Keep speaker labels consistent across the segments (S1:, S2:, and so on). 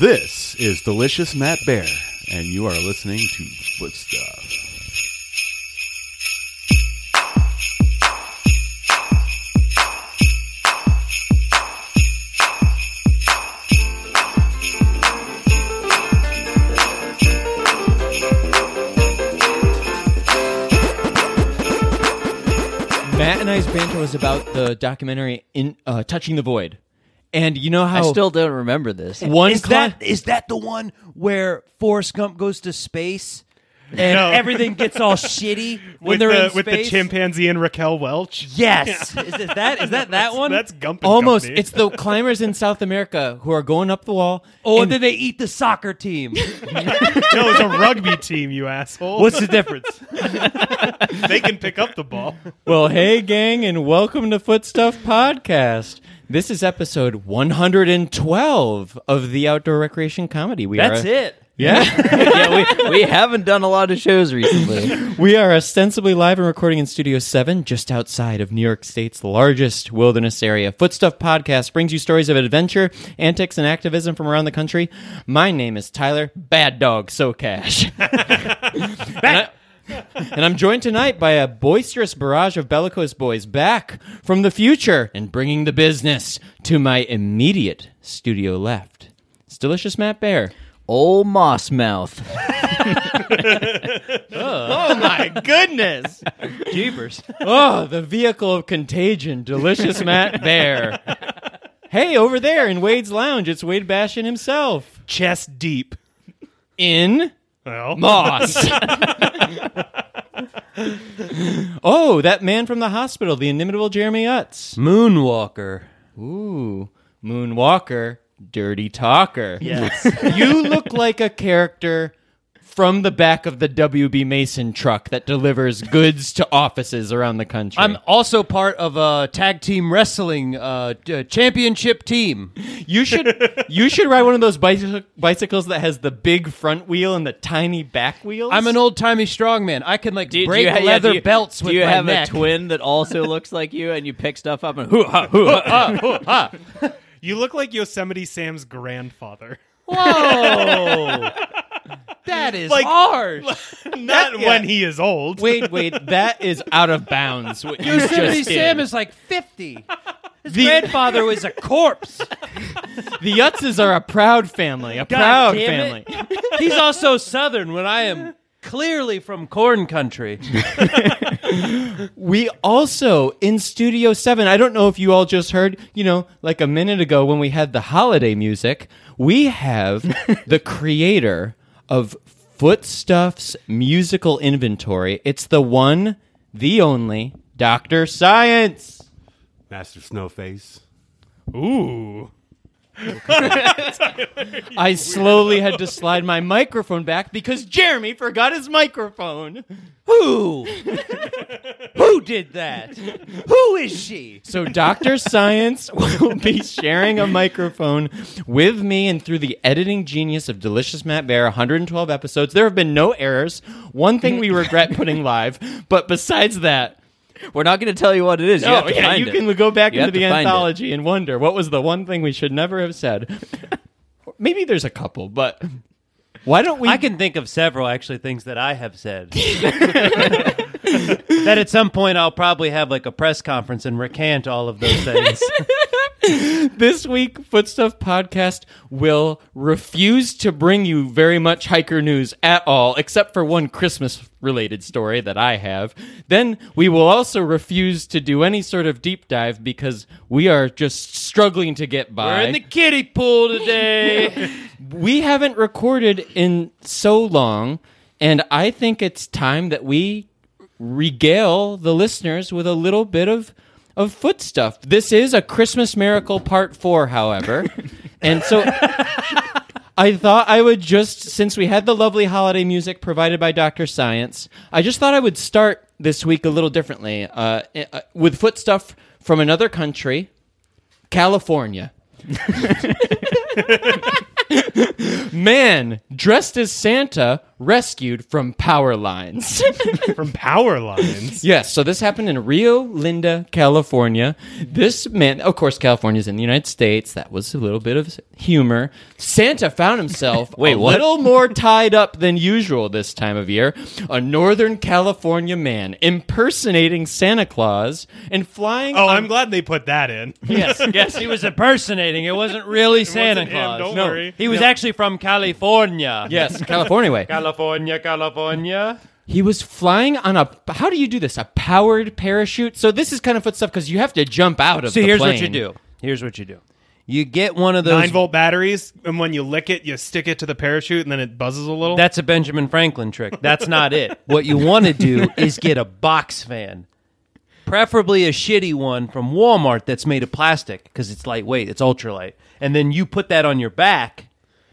S1: This is Delicious Matt Bear, and you are listening to Footstuff.
S2: Matt and I's banter was about the documentary in uh, touching the void, and you know how
S3: I still don't remember this.
S2: one
S4: is
S2: con-
S4: that is that the one where Forrest Gump goes to space and
S5: No.
S4: everything gets all shitty when
S5: with
S4: they're
S5: the
S4: in
S5: with the
S4: space?
S5: chimpanzee and Raquel Welch.
S4: Yes, is it that is that that one?
S5: That's Gump. and
S2: almost
S5: Company.
S2: it's the climbers in South America who are going up the wall.
S4: Oh, and
S2: and
S4: then they eat the soccer team.
S5: no, it's a rugby team, you asshole.
S4: What's the difference?
S5: they can pick up the ball.
S2: well, hey gang, and welcome to Footstuff Podcast. This is episode 112 of the Outdoor Recreation Comedy. We
S4: That's
S2: are a-
S4: it.
S2: Yeah,
S3: yeah, we, we haven't done a lot of shows recently.
S2: we are ostensibly live and recording in Studio 7, just outside of New York State's largest wilderness area. Footstuff Podcast brings you stories of adventure, antics, and activism from around the country. My name is Tyler Bad Dog So Cash. and, I, and I'm joined tonight by a boisterous barrage of bellicose boys back from the future and bringing the business to my immediate studio left. It's delicious Matt Bear.
S3: Old Moss Mouth.
S2: Oh my goodness. Jeepers. Oh, the vehicle of contagion, delicious Matt Bear. Hey, over there in Wade's lounge, it's Wade Bashin himself.
S5: Chest deep.
S2: In
S5: Well,
S2: Moss. oh, that man from the hospital, the inimitable Jeremy Utz.
S4: Moonwalker.
S2: Ooh, Moonwalker, dirty talker.
S4: Yes.
S2: you look like a character from the back of the WB Mason truck that delivers goods to offices around the country.
S4: I'm also part of a tag team wrestling uh, uh, championship team.
S2: you should you should ride one of those bicy- bicycles that has the big front wheel and the tiny back wheels.
S4: I'm an old timey strongman. I can like
S3: Do- do
S4: break
S3: you ha- yeah,
S4: leather
S3: do you-
S4: belts with
S3: Do you
S4: my
S3: have
S4: neck.
S3: a twin that also looks like you, and you pick stuff up and hoo ha hoo ha?
S5: you look like Yosemite Sam's grandfather.
S4: Whoa, that is
S5: Like-
S4: harsh.
S5: Not when he is old.
S2: wait wait that is out of bounds. What you
S4: Yosemite
S2: just did.
S4: Sam is like 50. His grandfather was a corpse.
S2: the Yutzes are a proud family, a proud family.
S4: He's also Southern when I am clearly from corn country.
S2: We also in Studio 7, I don't know if you all just heard, you know, like a minute ago when we had the holiday music, we have the creator of Footstuff's musical inventory. It's the one, the only, Dr. Science.
S1: Master Snowface.
S5: Ooh.
S2: I slowly had to slide my microphone back because Jeremy forgot his microphone.
S4: Who? Who did that? Who is she?
S2: So Dr. Science will be sharing a microphone with me and through the editing genius of Delicious Matt Bear 112 episodes. There have been no errors. One thing we regret putting live, but besides that,
S3: We're not going to tell you what it is. You have
S2: oh
S3: to
S2: yeah,
S3: find
S2: you
S3: it.
S2: can go back
S3: You
S2: into
S3: have
S2: the
S3: to find it.
S2: anthology and wonder what was the one thing we should never have said. Maybe there's a couple, but why don't we
S4: I can think of several actually things that I have said. that at some point I'll probably have like a press conference and recant all of those things.
S2: this week footstuff podcast will refuse to bring you very much hiker news at all except for one christmas related story that i have then we will also refuse to do any sort of deep dive because we are just struggling to get by
S4: kiddie pool today.
S2: we haven't recorded in so long and i think it's time that we regale the listeners with a little bit of of foot stuff this is a christmas miracle part four however and so I thought I would just, since we had the lovely holiday music provided by Dr. Science, I just thought I would start this week a little differently uh, i- uh, with foot stuff from another country, California. Man dressed as Santa rescued from power lines.
S5: from power lines.
S2: Yes, so this happened in Rio Linda, California. This man, of course, California's in the United States. That was a little bit of humor. Santa found himself
S6: Wait,
S2: a
S6: what?
S2: little more tied up than usual this time of year. A Northern California man impersonating Santa Claus and flying.
S5: Oh,
S2: on-
S5: I'm glad they put that in.
S4: Yes, yes, he was impersonating. It wasn't really Santa
S5: wasn't him,
S4: Claus.
S5: don't
S2: No,
S5: worry.
S4: He was actually from California.
S2: Yes, California way.
S4: California, California.
S2: He was flying on a. How do you do this? A powered parachute. So this is kind of foot stuff because you have to jump out of.
S4: So
S2: the
S4: here's what
S2: plane.
S4: you do. Here's what you do. You get one of those.
S5: Nine volt batteries, and when you lick it, you stick it to the parachute, and then it buzzes a little.
S4: That's a Benjamin Franklin trick. That's not it. What you want to do is get a box fan, preferably a shitty one from Walmart that's made of plastic because it's lightweight, it's ultralight. And then you put that on your back,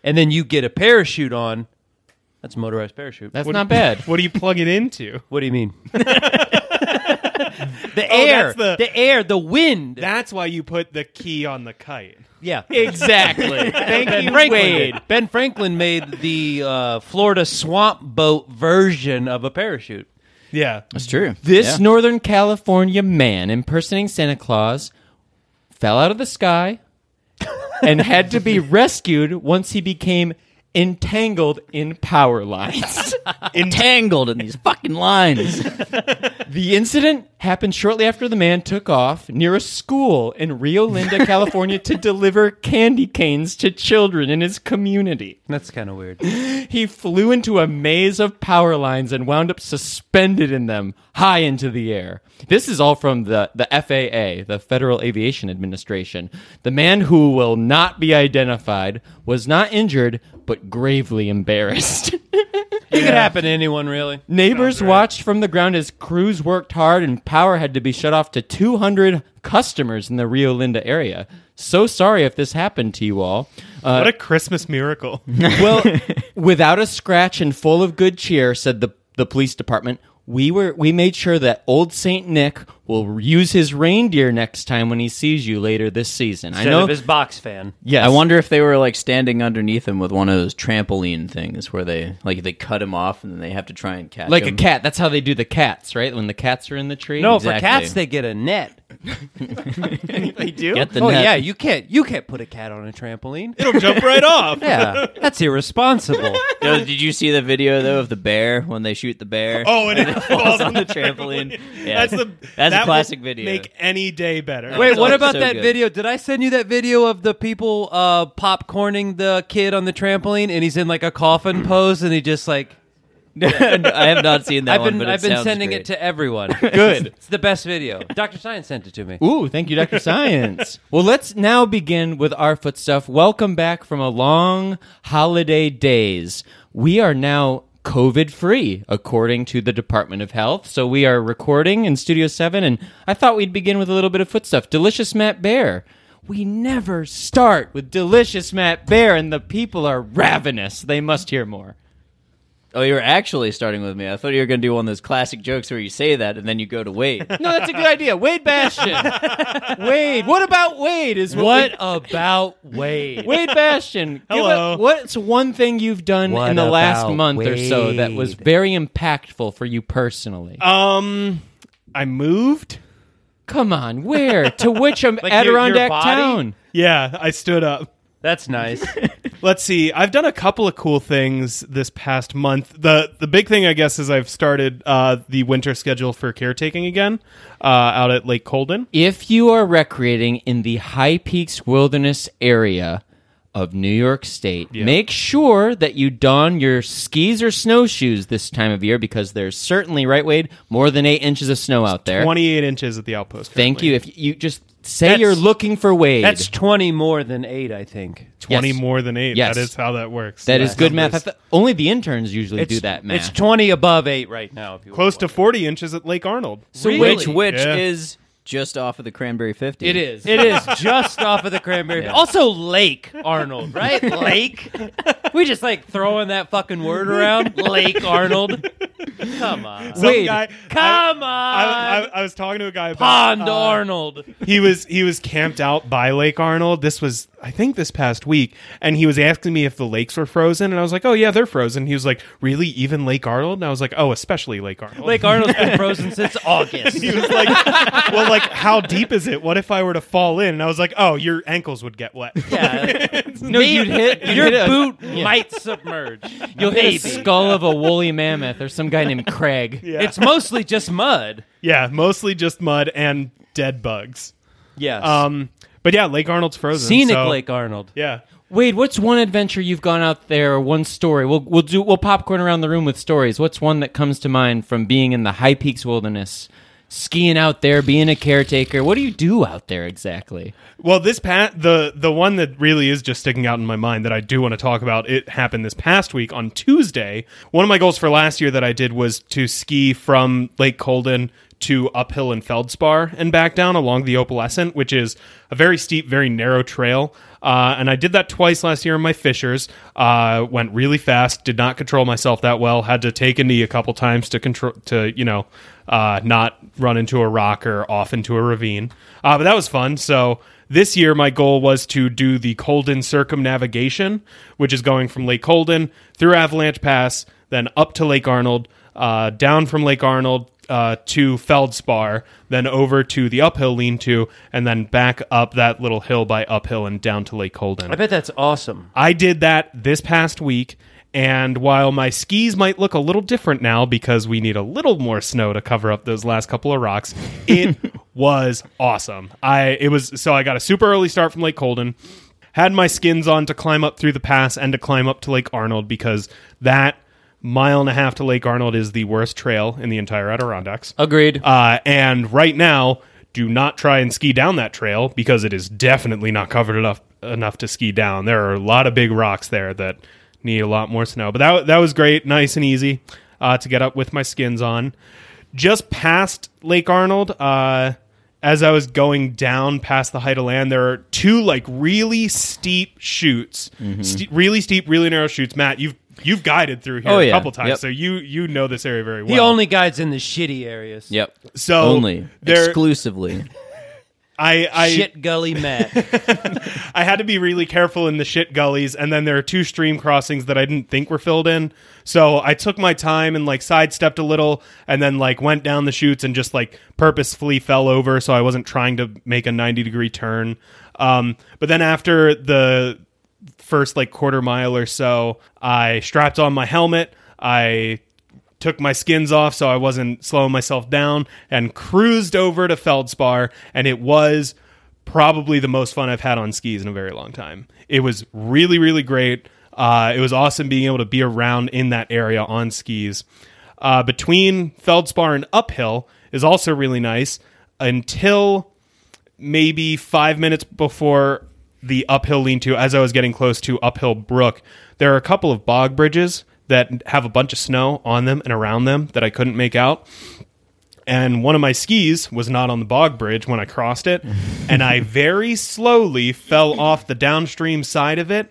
S4: and then you get a parachute on. That's a motorized parachute.
S2: That's not bad.
S5: what do you plug it into?
S4: what do you mean? the
S6: Oh,
S4: air,
S5: that's the-
S4: the, air, the wind.
S5: That's why you put the key on the kite.
S4: yeah.
S2: exactly. Thank
S4: Ben
S2: you,
S4: Franklin.
S2: Wade.
S4: did. Ben Franklin made the uh, Florida swamp boat version of a parachute.
S5: Yeah.
S6: It's true.
S2: This Northern California man impersonating Santa Claus fell out of the sky and had to be rescued once he became entangled in power lines.
S6: entangled in these fucking lines.
S2: the incident happened shortly after the man took off near a school in Rio Linda, California to deliver candy canes to children in his community.
S4: That's kind of weird.
S2: He flew into a maze of power lines and wound up suspended in them high into the air. This is all from the, the FAA, the Federal Aviation Administration. The man who will not be identified was not injured, but gravely embarrassed.
S4: It could happen to anyone, really.
S2: Neighbors watched from the ground as crews worked hard and power had to be shut off to 200 customers in the Rio Linda area. So sorry if this happened to you all. Uh,
S5: What a Christmas miracle.
S2: well, without a scratch and full of good cheer, said the the police department. We were we made sure that old Saint Nick will use his reindeer next time when he sees you later this season. I know.
S4: his box fan.
S2: yes.
S6: I wonder if they were like standing underneath him with one of those trampoline things where they like they cut him off and then they have to try and catch
S2: Like a
S6: him.
S2: cat. That's how they do the cats, right? When the cats are in the tree.
S4: No, for
S6: Exactly.
S4: cats they get a net.
S2: they do.
S6: Get the
S4: oh
S6: net.
S4: yeah, you can't you can't put a cat on a trampoline.
S5: It'll jump right off.
S4: Yeah, that's irresponsible.
S6: Yo, did you see the video though of the bear when they shoot the bear?
S5: Oh, and it
S6: falls on the trampoline. Yeah.
S5: That's the
S6: That's
S5: that
S6: a
S5: will
S6: classic video.
S5: Make any day better.
S4: Wait, what
S6: So-
S4: about
S6: so
S4: that
S6: good.
S4: video? Did I send you that video of the people uh, popcorning the kid on the trampoline and he's in like a coffin pose and he just like
S6: No, I have not seen that
S4: I've
S6: one,
S4: been
S6: but it
S4: I've been
S6: sounds
S4: sending
S6: great.
S4: it to everyone.
S2: Good.
S4: it's the best video. Dr. Science sent it to me.
S2: Ooh, thank you, Dr. Science. Well, let's now begin with our foot stuff. Welcome back from a long holiday days. We are now COVID free, according to the Department of Health. So we are recording in Studio 7, and I thought we'd begin with a little bit of foot stuff. Delicious Matt Bear. We never start with Delicious Matt Bear, and the people are ravenous. They must hear more.
S6: Oh, you were actually starting with me. I thought you were going to do one of those classic jokes where you say that and then you go to wait.
S2: No, that's a good idea. Wade Bastion. Wade, what about Wade? Is what, we-
S4: What about Wade?
S2: Wade Bastion, give
S5: Hello.
S2: a- what's one thing you've done
S4: What
S2: in the last
S4: about
S2: month or so that was
S4: Wade?
S2: very impactful for you personally?
S4: Uh,
S5: Um, I moved.
S2: Come on, where to which um,
S4: your- your
S2: Adirondack
S4: body?
S2: town?
S5: Yeah, I stood up.
S4: That's nice.
S5: Let's see. I've done a couple of cool things this past month. the The big thing, I guess, is I've started uh, the winter schedule for caretaking again uh, out at Lake Colden.
S2: If you are recreating in the High Peaks Wilderness area of New York State, make sure that you don your skis or snowshoes this time of year because there's certainly, right, Wade, more than eight inches of snow out there.
S5: Twenty eight inches at the outpost.
S2: Thank
S5: currently.
S2: you. If you just say
S4: That's-
S2: you're looking for Wade,
S4: That's 20 more than 8, I think.
S5: Twenty
S2: Yes.
S5: more than eight.
S2: Yes.
S5: That is how that works.
S2: That
S5: Yeah.
S2: is good math. I
S5: Numbers.
S2: th- only the interns usually
S4: It's-
S2: do that math.
S4: It's 20 above 8 right now if you
S5: Close to
S4: want.
S5: forty inches at Lake Arnold.
S2: so wait,
S6: Which, which
S5: Yeah.
S6: is just off of the Cranberry 50.
S2: it is.
S4: It is just off of the cranberry. Also Lake Arnold, right? Lake. We just like throwing that fucking word around. Lake Arnold. Come on.
S5: Some
S2: Wade,
S5: guy-
S4: Come on.
S5: I, I, I was talking to a guy about
S4: Pond
S5: uh,
S4: Arnold.
S5: he was he was camped out by Lake Arnold. This was I think this past week, and he was asking me if the lakes were frozen, and I was like, "Oh yeah, they're frozen." He was like, "Really? Even Lake Arnold?" And I was like, "Oh, especially Lake Arnold."
S4: Lake Arnold's been frozen since August.
S5: he was like, "Well, like, how deep is it? What if I were to fall in?" And I was like, "Oh, your ankles would get wet."
S4: Yeah.
S6: No, you'd hit
S4: Your
S6: you'd hit a-
S4: boot might submerge.
S6: You'll hit a
S4: Maybe.
S6: skull of a woolly mammoth or some guy named Craig.
S4: It's mostly just mud.
S5: Yeah, mostly just mud and dead bugs.
S4: Yes.
S5: Um, but yeah, Lake Arnold's frozen.
S4: Scenic
S5: so-
S4: Lake Arnold.
S5: Yeah.
S6: Wade, what's one adventure you've gone out there? One story. We'll we'll do we'll popcorn around the room with stories. What's one that comes to mind from being in the High Peaks Wilderness, skiing out there, being a caretaker? What do you do out there exactly?
S5: Well, this pat the the one that really is just sticking out in my mind that I do want to talk about. It happened this past week on Tuesday. One of my goals for last year that I did was to ski from Lake Colden to uphill and feldspar and back down along the Opalescent, which is a very steep, very narrow trail. Uh, and I did that twice last year in my fishers. Uh, went really fast. Did not control myself that well. Had to take a knee a couple times to control to you know uh, not run into a rock or off into a ravine. Uh, but that was fun. So this year, my goal was to do the Colden circumnavigation, which is going from Lake Colden through Avalanche Pass, then up to Lake Arnold, uh, down from Lake Arnold uh, to Feldspar, then over to the uphill lean to, and then back up that little hill by uphill and down to Lake Colden.
S4: I bet that's awesome.
S5: I did that this past week. And while my skis might look a little different now because we need a little more snow to cover up those last couple of rocks, it was awesome. I it was so I got a super early start from Lake Colden, had my skins on to climb up through the pass and to climb up to Lake Arnold because that mile and a half to Lake Arnold is the worst trail in the entire Adirondacks.
S6: Agreed.
S5: Uh, and right now, do not try and ski down that trail because it is definitely not covered enough enough to ski down. There are a lot of big rocks there that need a lot more snow. But that that was great, nice and easy uh, to get up with my skins on. Just past Lake Arnold, uh, as I was going down past the height of land, there are two like really steep chutes,
S2: Mm-hmm.
S5: Ste- really steep, really narrow chutes. Matt, you've you've guided through here
S2: Oh,
S5: a
S2: yeah.
S5: couple times,
S2: Yep.
S5: so you you know this area very well.
S4: He only guides in the shitty areas.
S2: Yep.
S5: so
S2: Only
S5: there,
S2: exclusively.
S5: I, I
S4: Shit gully Matt.
S5: I had to be really careful in the shit gullies, and then there are two stream crossings that I didn't think were filled in. So I took my time and like sidestepped a little, and then like went down the chutes and just like purposefully fell over, so I wasn't trying to make a ninety degree turn. Um, but then after the first like quarter mile or so, I strapped on my helmet. I took my skins off so I wasn't slowing myself down and cruised over to Feldspar and it was probably the most fun I've had on skis in a very long time. It was really really great. Uh, it was awesome being able to be around in that area on skis. Uh, between Feldspar and uphill is also really nice until maybe five minutes before the uphill lean to, as I was getting close to Uphill Brook, there are a couple of bog bridges that have a bunch of snow on them and around them that I couldn't make out. And one of my skis was not on the bog bridge when I crossed it. and I very slowly fell off the downstream side of it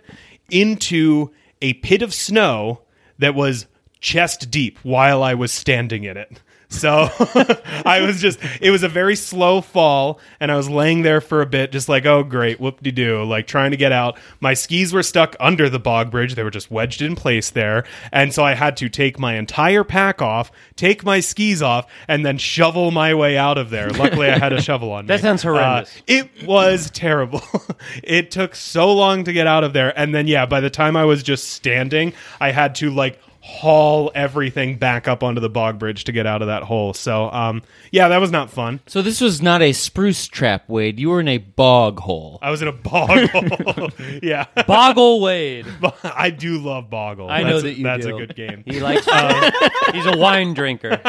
S5: into a pit of snow that was chest deep while I was standing in it. So I was just, it was a very slow fall, and I was laying there for a bit, just like, oh, great, whoop de doo, like trying to get out. My skis were stuck under the bog bridge. They were just wedged in place there. And so I had to take my entire pack off, take my skis off, and then shovel my way out of there. Luckily, I had a shovel on
S4: That
S5: me.
S4: sounds horrendous.
S5: Uh, it was terrible. it took so long to get out of there. And then, yeah, by the time I was just standing, I had to like haul everything back up onto the bog bridge to get out of that hole. So, um, yeah, that was not fun.
S6: so this was not a spruce trap, Wade. You were in a bog hole.
S5: I was in a bog hole. yeah.
S4: Boggle Wade.
S5: I do love Boggle.
S4: I know
S5: that's,
S4: that you
S5: That's
S4: do.
S5: a good game.
S4: He likes.
S5: Uh,
S4: he's a wine drinker.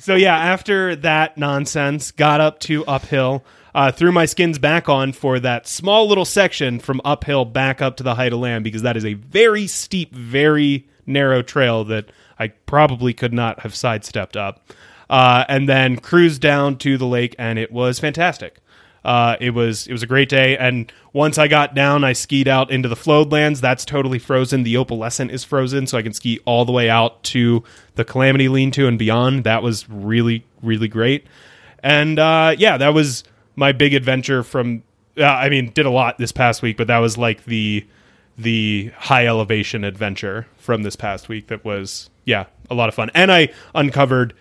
S5: So yeah, after that nonsense, got up to uphill, uh, threw my skins back on for that small little section from uphill back up to the height of land because that is a very steep, very narrow trail that I probably could not have sidestepped up. Uh, and then cruised down to the lake, and it was fantastic. Uh, it was it was a great day, and once I got down, I skied out into the floodlands. That's totally frozen. The opalescent is frozen, so I can ski all the way out to the Calamity lean-to and beyond. That was really really great, and uh, yeah, that was my big adventure from uh, I mean, did a lot this past week, but that was like the the high elevation adventure from this past week that was yeah a lot of fun. And I uncovered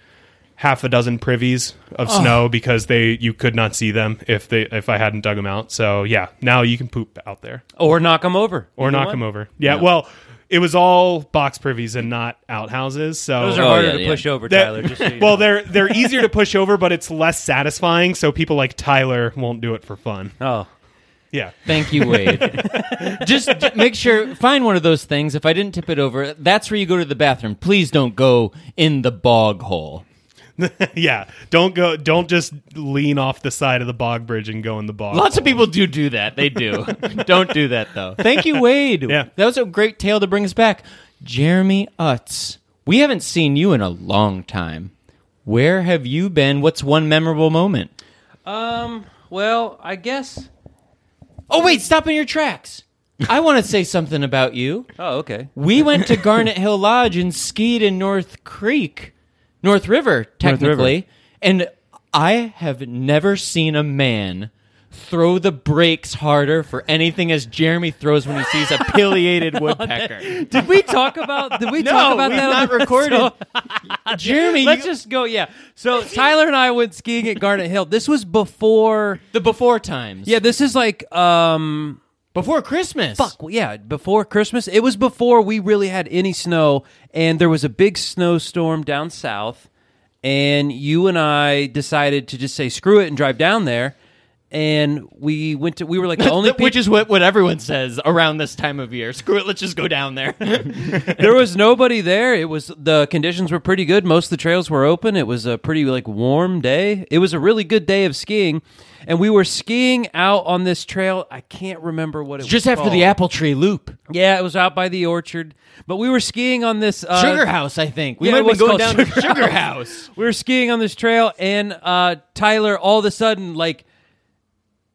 S5: half a dozen privies of snow because they you could not see them if they if I hadn't dug them out. So yeah, now you can poop out there
S4: or knock them over,
S5: or knock them over. Yeah, well, it was all box privies and not outhouses. So
S4: Those are
S7: Oh,
S4: harder
S7: yeah,
S4: to
S7: yeah.
S4: push over,
S5: that-
S4: Tyler. Just so you
S5: well,
S4: know.
S5: they're they're easier to push over, but it's less satisfying. So people like Tyler won't do it for fun.
S4: oh,
S5: Yeah,
S2: Thank you, Wade. Just d- make sure find one of those things. If I didn't tip it over, that's where you go to the bathroom. Please don't go in the bog hole.
S5: yeah. Don't go. Don't just lean off the side of the bog bridge and go in the bog.
S2: Lots of people do do that. They do. don't do that though. Thank you, Wade.
S5: Yeah.
S2: That was a great tale to bring us back. Jeremy Utz, we haven't seen you in a long time. Where have you been? What's one memorable moment?
S4: well, I guess.
S2: Oh wait, stop in your tracks. I want to say something about you.
S4: Oh, okay.
S2: We went to Garnet Hill Lodge and skied in North Creek, North River, technically. And I have never seen a man throw the brakes harder for anything as Jeremy throws when he sees a pileated woodpecker.
S4: Did we talk about? Did we talk about
S2: we've
S4: that?
S2: not
S4: on-
S2: recorded.
S4: So-
S2: Jeremy,
S4: let's
S2: you-
S4: just go. Yeah. So Tyler and I went skiing at Garnet Hill. This was before.
S2: the before times.
S4: Yeah, this is like um
S2: before Christmas.
S4: fuck, well, yeah, before Christmas. It was before we really had any snow, and there was a big snowstorm down south, and you and I decided to just say screw it and drive down there, and we went to. We were like the only
S2: Which
S4: people.
S2: is what, what everyone says around this time of year. Screw it, let's just go down there.
S4: there was nobody there. It was the conditions were pretty good. Most of the trails were open. It was a pretty like warm day. It was a really good day of skiing, and we were skiing out on this trail. I can't remember what it was.
S2: just after
S4: called.
S2: the apple tree loop.
S4: Yeah, it was out by the orchard. But we were skiing on this uh,
S2: Sugar House, I think. We
S4: yeah,
S2: might
S4: it
S2: have been
S4: was
S2: going
S4: called
S2: down to
S4: Sugar
S2: Sugar House.
S4: We were skiing on this trail, and uh, Tyler all of a sudden, like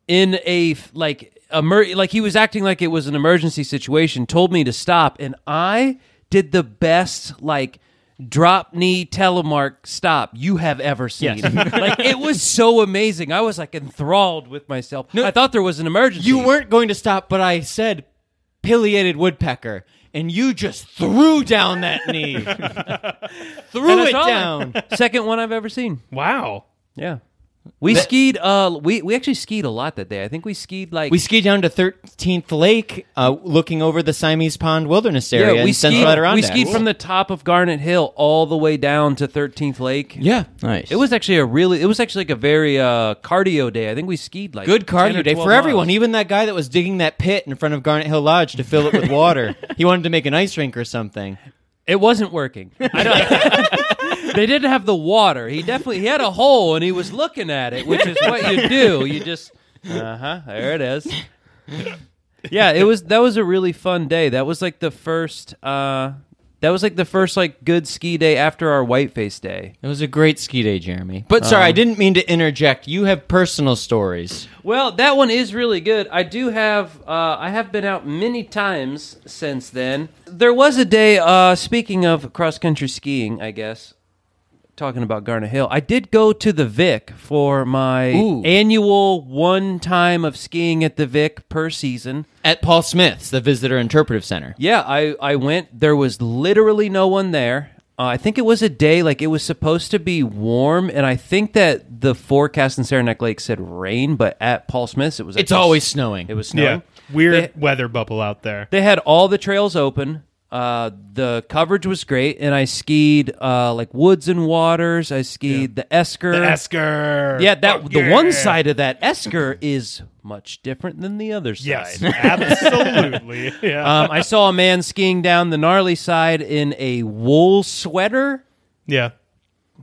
S4: in a f- like emer- like he was acting like it was an emergency situation, told me to stop, and I did the best like drop knee telemark stop you have ever seen. like it was so amazing. I was like enthralled with myself. I thought there was an emergency.
S2: You weren't going to stop, but I said pileated woodpecker, and you just threw down that knee.
S4: And
S2: threw
S4: I
S2: it
S4: saw
S2: down.
S4: it. Second one I've ever seen.
S5: wow.
S4: Yeah. We skied uh we, we actually skied a lot that day. I think we skied like
S2: We skied down to 13th Lake, uh, looking over the Siamese Pond Wilderness area in Central Adirondack.
S4: we skied from the top of Garnet Hill all the way down to 13th Lake.
S2: yeah.
S7: Nice.
S4: It was actually a really it was actually like a very uh cardio day. I think we skied like
S2: Good
S4: 10 or
S2: cardio day for
S4: 12
S2: everyone,
S4: miles.
S2: even that guy that was digging that pit in front of Garnet Hill Lodge to fill it with water. he wanted to make an ice rink or something.
S4: It wasn't working. I don't They didn't have the water. He definitely he had a hole and he was looking at it, which is what you do. You just uh-huh, there it is. Yeah, it was that was a really fun day. That was like the first uh that was like the first like good ski day after our whiteface day.
S2: It was a great ski day, Jeremy. But sorry, I didn't mean to interject. You have personal stories.
S4: Well, that one is really good. I do have. Uh, I have been out many times since then. There was a day. Uh, speaking of cross country skiing, I guess. Talking about Garnet Hill, I did go to the Vic for my
S2: Ooh.
S4: annual one time of skiing at the Vic per season.
S2: At Paul Smith's, the Visitor Interpretive Center.
S4: Yeah, I, I went. There was literally no one there. Uh, I think it was a day like it was supposed to be warm, and I think that the forecast in Saranac Lake said rain, but at Paul Smith's it was.
S2: It's
S4: actually-
S2: always snowing.
S4: It was snowing.
S5: Yeah, weird
S4: They-
S5: weather bubble out there.
S4: They had all the trails open. Uh, the coverage was great, and I skied uh, like woods and waters. I skied the Esker.
S5: The Esker.
S4: yeah, that
S5: Fuck
S4: the
S5: yeah.
S4: one side of that Esker is much different than the other side.
S5: Yes, absolutely. Yeah,
S4: um, I saw a man skiing down the gnarly side in a wool sweater.
S5: yeah.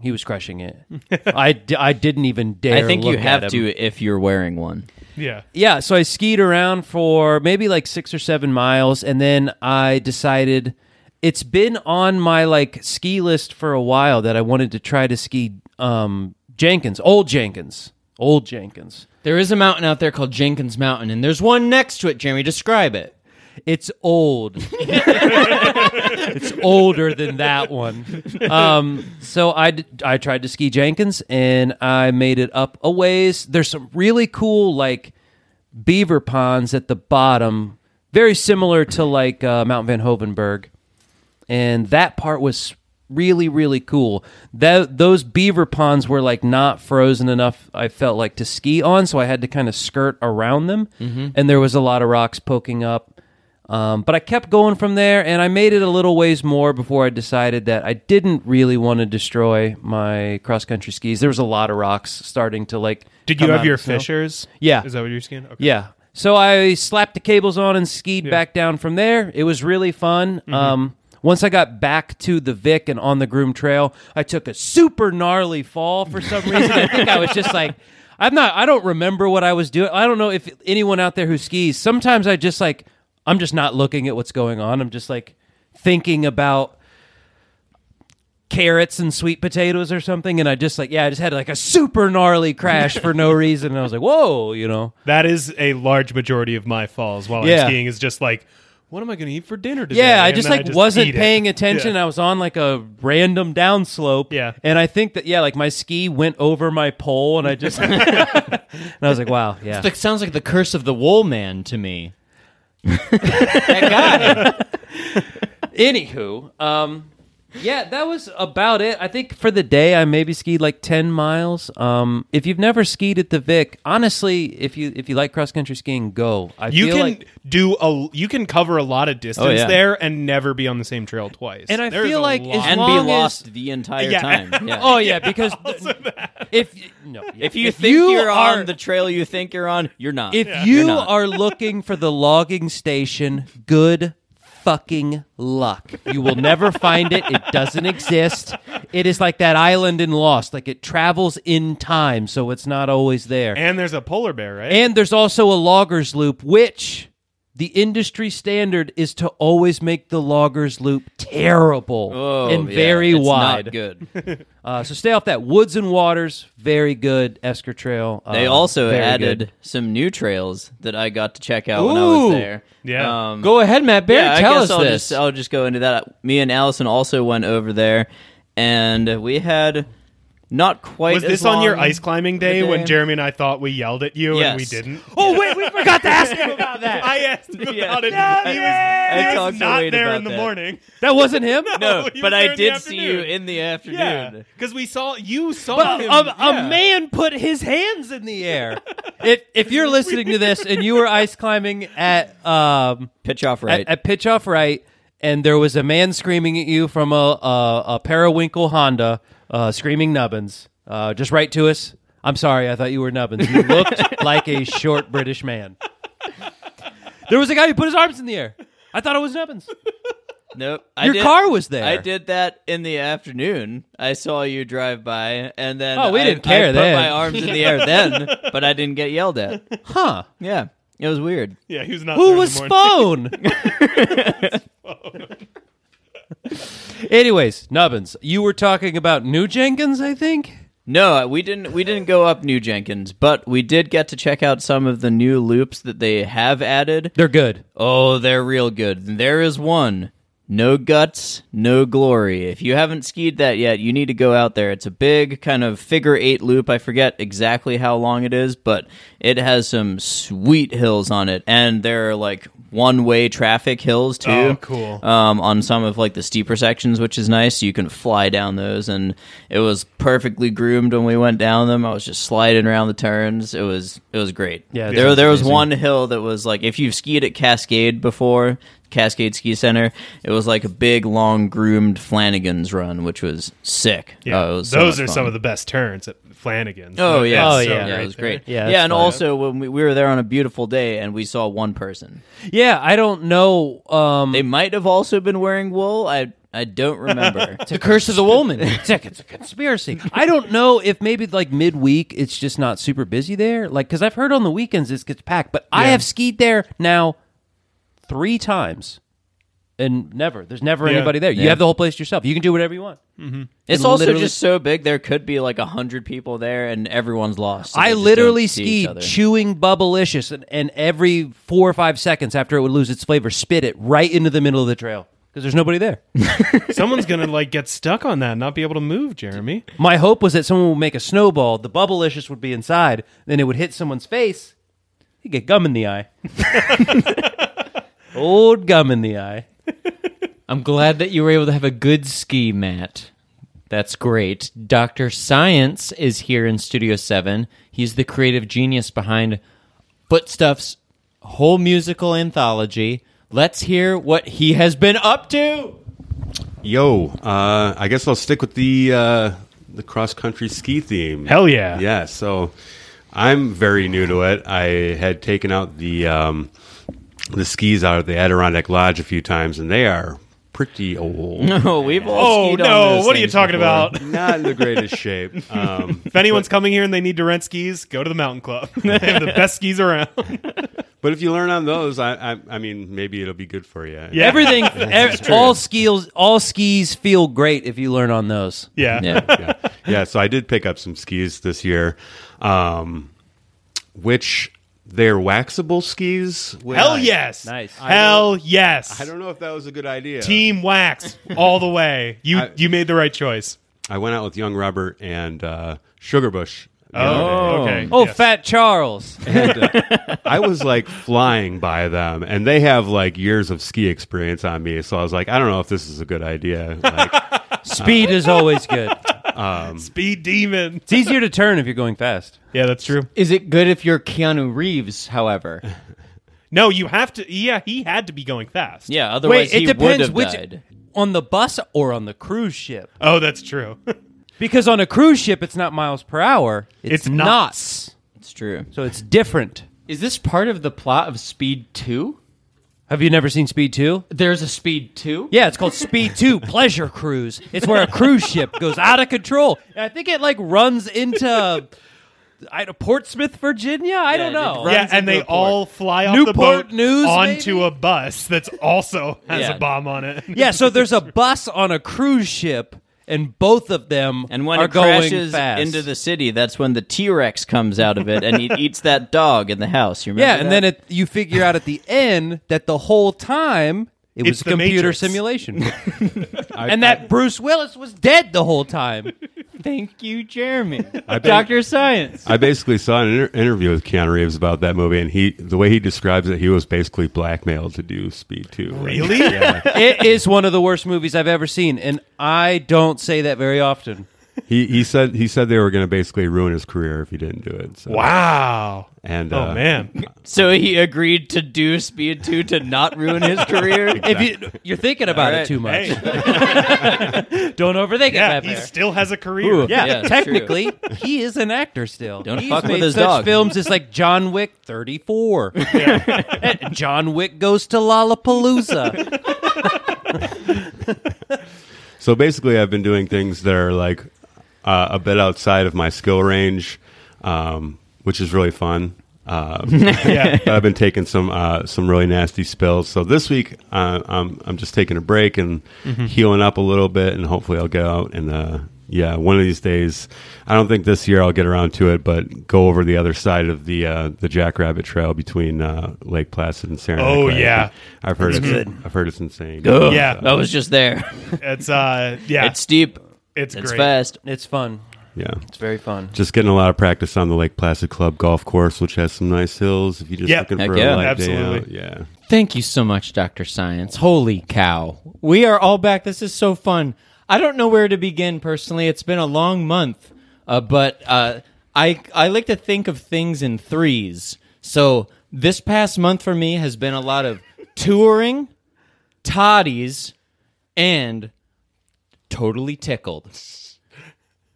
S4: He was crushing it. I, d- I didn't even dare.
S7: I think you
S4: look
S7: have
S4: at him.
S7: to if you're wearing one.
S5: Yeah.
S4: Yeah, so I skied around for maybe like six or seven miles, and then I decided it's been on my like ski list for a while that I wanted to try to ski um, Jenkins, old Jenkins, old Jenkins.
S2: There is a mountain out there called Jenkins Mountain, and there's one next to it, Jeremy. Describe it.
S4: It's old. it's older than that one. Um, so I, d- I tried to ski Jenkins and I made it up a ways. There's some really cool like beaver ponds at the bottom, very similar to like uh, Mount Van Hovenberg. And that part was really, really cool. That, those beaver ponds were like not frozen enough, I felt like, to ski on. So I had to kind of skirt around them.
S5: Mm-hmm.
S4: And there was a lot of rocks poking up. Um, but I kept going from there, and I made it a little ways more before I decided that I didn't really want to destroy my cross country skis. There was a lot of rocks starting to like.
S5: Did you
S4: come out
S5: have your
S4: of snow.
S5: fishers?
S4: Yeah.
S5: Is that what you're skiing? Okay.
S4: Yeah. So I slapped the cables on and skied back down from there. It was really fun. Um, once I got back to the Vic and on the Groom Trail, I took a super gnarly fall for some reason. I think I was just like, I'm not. I don't remember what I was doing. I don't know if anyone out there who skis. Sometimes I just like, I'm just not looking at what's going on. I'm just like thinking about carrots and sweet potatoes or something and i just like yeah i just had like a super gnarly crash for no reason and i was like whoa you know
S5: That is a large majority of my falls while
S4: Yeah.
S5: I'm skiing is just like, what am I going to eat for dinner today?
S4: Yeah, I
S5: And
S4: just
S5: then
S4: like wasn't
S5: eat it.
S4: paying attention.
S5: Yeah.
S4: I was on like a random downslope.
S5: Yeah.
S4: and I think that yeah, like my ski went over my pole, and I just and I was like, wow, yeah,
S6: That sounds like the curse of the wool man to me. that guy.
S4: Anywho, um, yeah, that was about it. I think for the day, I maybe skied like ten miles. Um, if you've never skied at the Vic, honestly, if you if you like cross country skiing, go. I
S5: You
S4: feel
S5: can
S4: like,
S5: do a you can cover a lot of distance
S2: Oh, yeah.
S5: there and never be on the same trail twice.
S4: And I
S5: There's
S4: feel
S5: a
S4: like
S5: lot.
S4: as
S2: and be
S4: long as-
S2: lost the entire
S5: Yeah.
S2: time. Yeah.
S4: oh yeah, because if no,
S2: if you think
S4: you
S2: you are
S4: are-
S2: on the trail you think you're on, you're not.
S4: If
S2: You're
S4: you
S2: not.
S4: are looking for the logging station, good fucking luck. You will never find it. It doesn't exist. It is like that island in Lost, like it travels in time, so it's not always there. And,
S5: and there's a polar bear, right?
S4: there's also a loggers loop, which the industry standard is to always make the loggers loop terrible
S2: Oh,
S4: and
S2: yeah,
S4: very
S2: it's
S4: wide.
S2: not good.
S4: Uh, so stay off that. Woods and Waters, very good. Esker Trail.
S2: They
S4: uh,
S2: also
S4: very
S2: added
S4: good.
S2: some new trails that I got to check out when I was
S6: Ooh.
S2: there.
S5: Yeah.
S2: Um,
S6: Go ahead, Matt Bear.
S2: yeah, I
S6: tell
S2: guess
S6: us
S2: I'll
S6: this.
S2: Just, I'll just go into that. Me and Allison also went over there, and we had not quite.
S5: was
S2: as
S5: this on your
S2: long
S5: ice climbing
S2: of a
S5: day, when
S2: day.
S5: Jeremy and I thought we yelled at you and we
S2: Yes.
S5: didn't?
S4: Oh wait, we forgot to ask him about that.
S5: I asked him
S2: Yeah.
S5: about it.
S2: Yeah,
S5: he was,
S2: yeah.
S5: he
S2: I
S5: was
S2: talked to
S5: not
S2: Wade
S5: there
S2: about
S5: in the
S2: that.
S5: morning.
S4: That wasn't him.
S5: No,
S2: No,
S5: he was
S2: but
S5: there
S2: I
S5: in the
S2: did see you
S5: afternoon.
S2: in the afternoon.
S5: Yeah, because we saw you saw
S4: But um,
S5: him.
S4: a,
S5: yeah.
S4: a man put his hands in the air. if if you're listening to this and you were ice climbing at um
S2: Pitch off right.
S4: at, at pitch off right, and there was a man screaming at you from a a, a periwinkle Honda, uh, screaming nubbins. Uh, just write to us. I'm sorry, I thought you were nubbins. You looked like a short British man. There was a guy who put his arms in the air. I thought it was nubbins.
S2: nope. I
S4: Your
S2: did-
S4: car was there.
S2: I did that in the afternoon. I saw you drive by, and then
S4: Oh, we
S2: I-
S4: didn't care
S2: I put
S4: then.
S2: my arms in the air then, but I didn't get yelled at.
S4: Huh?
S2: Yeah, it was weird.
S5: Yeah, he was not. there
S4: Who
S5: in the
S4: was
S5: morning.
S4: phone? Anyways, Nubbins, you were talking about New Jenkins, I think.
S2: No, we didn't. We didn't go up New Jenkins, but we did get to check out some of the new loops that they have added.
S4: They're good.
S2: Oh, they're real good. And There is one. No guts, no glory. If you haven't skied that yet, you need to go out there. It's a big kind of figure eight loop. I forget exactly how long it is, but it has some sweet hills on it, and there are like one way traffic hills too.
S5: Oh, cool.
S2: Um, on some of like the steeper sections, which is nice. You can fly down those, and it was perfectly groomed when we went down them. I was just sliding around the turns. It was it was great.
S4: Yeah,
S2: there
S4: that's
S2: there was
S4: amazing.
S2: one hill that was like if you've skied at Cascade before, Cascade Ski Center, it was like a big long groomed Flanagan's run, which was sick.
S5: Yeah,
S2: Oh, it was so
S5: those
S2: much
S5: are
S2: fun.
S5: some of the best turns at Flanagan's.
S2: Oh yeah,
S4: Oh,
S5: That's
S4: yeah.
S5: so
S2: it was
S5: there.
S2: great.
S4: Yeah,
S2: Yeah,
S4: that's
S2: and
S4: fun.
S2: also when we, we were there on a beautiful day and we saw one person.
S4: Yeah, I don't know. Um,
S2: They might have also been wearing wool. I I don't remember.
S6: the curse of the wool man.
S4: it's, like it's a conspiracy. I don't know if maybe like midweek it's just not super busy there. Like, because I've heard on the weekends it gets packed, but I have skied there now three times and never. There's never
S5: Yeah.
S4: anybody there. You
S2: Yeah.
S4: have the whole place to yourself. You can do whatever you want.
S2: It's
S4: It
S2: also
S4: literally-
S2: just so big. There could be like a hundred people there, and everyone's lost. so they
S4: I
S2: just don't
S4: literally
S2: see each
S4: skied
S2: other.
S4: chewing bubblicious, and, and every four or five seconds after it would lose its flavor, spit it right into the middle of the trail because there's nobody there.
S5: Someone's gonna like get stuck on that and not be able to move, Jeremy.
S4: My hope was that someone would make a snowball, the bubblicious would be inside, then it would hit someone's face, You get gum in the eye. Old gum in the eye.
S6: I'm glad that you were able to have a good ski, Matt. That's great. Dr. Science is here in Studio 7. He's the creative genius behind Footstuff's whole musical anthology. Let's hear what he has been up to.
S1: Yo, uh, I guess I'll stick with the uh, the cross country ski theme.
S5: Hell yeah.
S1: yeah. So I'm very new to it. I had taken out the um, the skis out of the Adirondack Lodge a few times, and they are pretty old,
S2: No, we've all.
S5: Oh
S2: skied on
S5: no!
S2: those
S5: What are you
S2: things
S5: talking
S2: before.
S5: about?
S1: not in the greatest shape. Um,
S5: If anyone's coming here and they need to rent skis, go to the mountain club. they have the best skis around.
S1: but if you learn on those, I, I, I mean, maybe it'll be good for you.
S5: Yeah.
S4: Everything, ev- all skis, all skis feel great if you learn on those.
S5: Yeah.
S2: Yeah.
S1: yeah. yeah, so I did pick up some skis this year, um, which they're waxable skis. which-
S5: Hell yes.
S4: Nice.
S5: Hell yes.
S1: I don't know if that was a good idea.
S5: Team wax all the way. You
S1: I-
S5: you made the right choice.
S1: I went out with Young Robert and uh, Sugarbush. the other
S5: Oh, okay.
S4: Oh,
S5: Yes.
S4: Fat Charles.
S1: day, and, uh, I was like flying by them, and they have like years of ski experience on me. So I was like, I don't know if this is a good idea. Like,
S4: Speed is always good.
S5: Speed demon.
S4: It's easier to turn if you're going fast.
S5: Um, Yeah, that's true.
S6: Is it good if you're Keanu Reeves, however?
S5: No, you have to. Yeah, he had to be going fast.
S2: Yeah, otherwise
S4: it
S2: he would
S4: depends
S2: have
S4: which
S2: died.
S4: on the bus or on the cruise ship.
S5: Oh, that's true.
S4: Because on a cruise ship, it's not miles per hour. It's,
S5: It's
S4: knots.
S5: knots.
S2: It's true.
S4: So it's different.
S6: Is this part of the plot of Speed 2?
S4: Have you never seen Speed 2?
S6: There's a Speed 2?
S4: Yeah, it's called Speed 2 Pleasure Cruise. It's where a cruise ship goes out of control. And I think it like runs into I, don't- Portsmouth, Virginia. I don't
S6: it
S4: know.
S6: runs
S5: yeah, and
S6: into
S5: they
S6: a port.
S5: all fly off the
S4: Newport
S5: boat
S4: News,
S5: onto
S4: maybe?
S5: a bus that's also has
S2: Yeah.
S5: a bomb on it.
S4: Yeah, so there's a bus on a cruise ship and both of them
S2: And when
S4: are
S2: it
S4: going
S2: crashes
S4: fast.
S2: into the city, that's when the T Rex comes out of it and it eats that dog in the house. You remember
S4: Yeah, and
S2: that?
S4: then it, you figure out at the end that the whole time it was
S5: It's
S4: a
S5: the
S4: computer
S5: Matrix.
S4: simulation. and that Bruce Willis was dead the whole time.
S6: Thank you, Jeremy.
S1: I think-
S6: Dr. Science.
S1: I basically saw an inter- interview with Keanu Reeves about that movie, and he the way he describes it, he was basically blackmailed to do Speed Two. Like,
S5: Really?
S1: Yeah.
S4: it is one of the worst movies I've ever seen, and I don't say that very often.
S1: he he said he said they were going to basically ruin his career if he didn't do it. So.
S5: Wow.
S1: And
S5: Oh
S1: uh,
S5: man.
S2: so he agreed to do Speed 2 to not ruin his career.
S4: If you you're thinking about
S2: All
S4: it
S2: right.
S4: too much,
S5: Hey,
S4: don't overthink
S5: yeah,
S4: it.
S5: he
S4: Matt Bear.
S5: still has a career.
S4: Yeah,
S2: Yeah, it's
S4: technically he is an actor still.
S2: Don't
S4: He's
S2: fuck with
S4: made
S2: his
S4: such
S2: dog.
S4: Films as like John Wick 34, And John Wick goes to Lollapalooza.
S1: So basically, I've been doing things that are like uh, a bit outside of my skill range, um, which is really fun. Um,
S5: Yeah.
S1: but I've been taking some uh, some really nasty spills. So this week, uh, I'm I'm just taking a break and
S5: Mm-hmm.
S1: healing up a little bit, and hopefully, I'll go out and uh, yeah, one of these days. I don't think this year I'll get around to it, but go over the other side of the uh, the Jackrabbit Trail between uh, Lake Placid and Saranac.
S5: Oh,
S1: Lake.
S5: yeah.
S1: I've heard it's I've heard it's insane.
S2: Ugh,
S5: Yeah.
S2: I was just there.
S5: It's uh yeah.
S2: It's steep.
S5: it's,
S2: It's
S5: great.
S2: fast.
S4: It's fun.
S1: Yeah.
S4: It's very fun.
S1: Just getting a lot of practice on the Lake Placid Club golf course, which has some nice hills. If you're just
S5: Yeah.
S1: looking
S2: Heck
S1: for a
S2: yeah.
S1: light
S5: Absolutely.
S1: day out, yeah.
S6: Thank you so much, Dr. Science. Holy cow. We are all back. This is so fun. I don't know where to begin personally. It's been a long month, uh, but uh, I, I like to think of things in threes. So this past month for me has been a lot of touring, toddies, and totally tickled.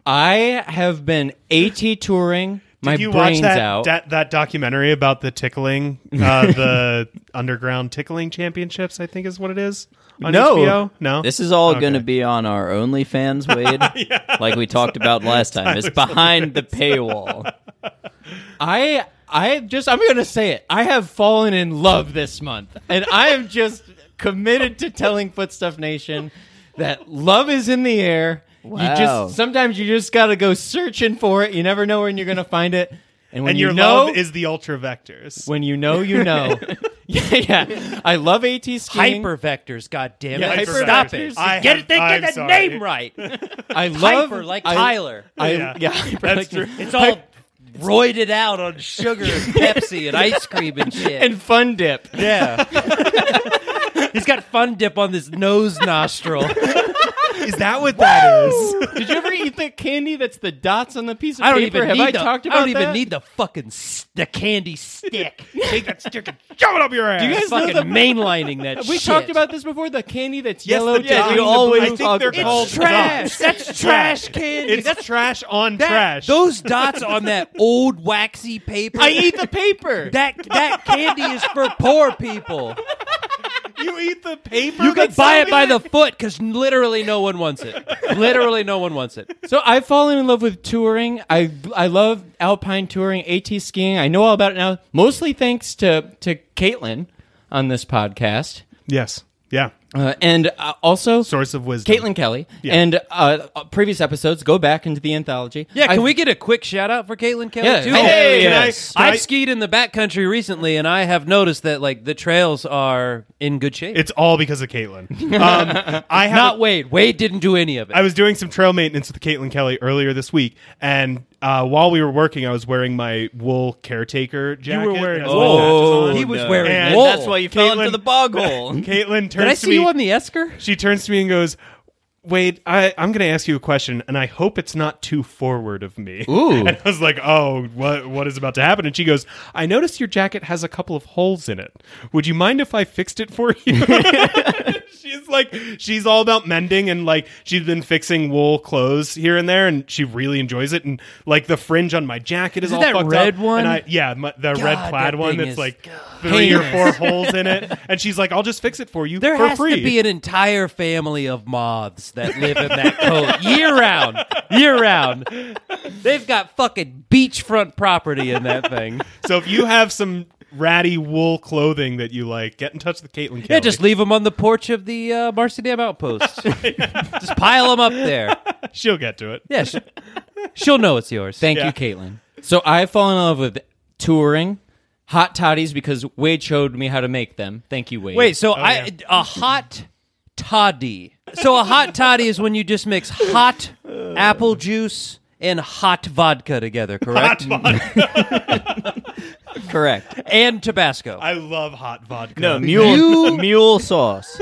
S6: I have been AT touring. my
S5: Did you watch
S6: brains
S5: that
S6: out.
S5: that that documentary about the tickling, uh, the underground tickling championships? I think is what it is. On
S6: No.
S5: HBO? no.
S2: This is all going to be on our OnlyFans, Wade, like we talked about last time. It's behind the paywall.
S6: I I just I'm gonna say it. I have fallen in love this month, and I am just committed to telling Footstuff Nation that love is in the air. You
S2: Wow.
S6: just sometimes you just gotta go searching for it. You never know when you're gonna find it, and when
S5: and
S6: you
S5: your
S6: know,
S5: love is the ultra vectors.
S6: when you know, you know. yeah, yeah, I love AT skiing.
S4: Hypervectors, God damn
S5: Yeah,
S4: it!
S5: hypervectors.
S4: Stop it!
S5: I
S4: get
S5: have-
S4: it? They get
S5: I'm
S4: that
S5: sorry.
S4: name right.
S6: I love
S4: hyper, like
S6: I-
S4: Tyler.
S6: I, yeah,
S5: Yeah.
S6: hyper
S5: That's
S6: like-
S5: true.
S4: It's all roided out on sugar and Pepsi and ice cream and shit.
S6: and fun dip.
S4: yeah. He's got fun dip on this nose nostril.
S5: Is that what that is?
S6: Did you ever eat the candy that's the dots on the piece of
S4: I don't
S6: paper?
S4: even
S6: Have
S4: need
S6: I
S4: the,
S6: talked about
S4: I don't even
S6: that?
S4: need the fucking s- the candy stick.
S5: Take that stick and shove it up your ass.
S6: Do you guys know
S4: fucking
S6: the
S4: mainlining that
S6: Have we
S4: shit.
S6: talked about this before? The candy that's
S5: Yes,
S6: yellow.
S5: the dot.
S6: dots.
S2: you
S5: I
S2: always
S5: think
S2: talk
S5: they're
S2: about it.
S5: called
S4: trash.
S5: dots.
S4: That's trash candy.
S5: It's
S4: That's
S5: trash on
S4: that-
S5: trash.
S4: Those dots on that old waxy paper.
S6: I eat the paper.
S4: that that candy is for poor people.
S5: you eat the paper.
S4: You can
S5: that's
S4: buy it by
S5: something-
S4: the foot because literally no one wants it. Literally no one wants it.
S6: So I've fallen in love with touring. I I love alpine touring, AT skiing. I know all about it now, mostly thanks to to Caitlin on this podcast,
S5: Yes. Yeah.
S6: uh, and uh, also
S5: Source of wisdom.
S6: Caitlin Kelly. And uh, previous episodes, go back into the anthology.
S4: Yeah, can
S6: I-
S4: we get a quick shout out for Caitlin Kelly
S6: Yeah.
S4: too?
S6: Hey,
S5: Oh, Can I-
S6: yes.
S5: can I-
S4: I've skied in the backcountry recently, and I have noticed that like the trails are in good shape.
S5: It's all because of Caitlin. Um, I have
S4: not Wade. Wade didn't do any of it.
S5: I was doing some trail maintenance with Caitlin Kelly earlier this week, and uh, while we were working, I was wearing my wool caretaker jacket.
S8: wearing
S5: and I had
S8: wool.
S5: patches on.
S4: He was wearing
S5: And
S2: And
S4: wool.
S2: that's why you fell
S5: Caitlin-
S2: into the bog hole.
S5: Caitlin turns
S4: Did I
S5: to
S4: see
S5: me.
S4: you on the Esker?
S5: she turns to me and goes, "Wade, I, I'm going to ask you a question, and I hope it's not too forward of me." Ooh. And I was like, "Oh, what what is about to happen?" And she goes, "I noticed your jacket has a couple of holes in it. Would you mind if I fixed it for you?" she's like, she's all about mending, and like she's been fixing wool clothes here and there, and she really enjoys it. And like the fringe on my jacket is
S4: Isn't
S5: all
S4: that
S5: fucked
S4: red
S5: up.
S4: one?
S5: And I, yeah, my, the
S4: God,
S5: red plaid
S4: that
S5: one
S4: thing
S5: that's
S4: is-
S5: like three or four holes in it. And she's like, "I'll just fix it for you
S4: There
S5: for
S4: has
S5: free."
S4: to be an entire family of moths that live in that coat year round. Year round. They've got fucking beachfront property in that thing.
S5: So if you have some ratty wool clothing that you like, get in touch with Caitlin Kelly.
S4: Yeah, just leave them on the porch of the uh, Marcy Dam outpost. just pile them up there.
S5: she'll get to it.
S4: Yeah, she, she'll know it's yours.
S6: Thank
S5: Yeah.
S6: you, Caitlin. So I've fallen in love with touring, hot toddies because Wade showed me how to make them. Thank you, Wade.
S4: Wait, so I a hot toddy. So a hot toddy is when you just mix hot apple juice and hot vodka together, correct?
S2: Correct.
S4: and Tabasco.
S5: I love hot vodka.
S2: No, mule mule sauce.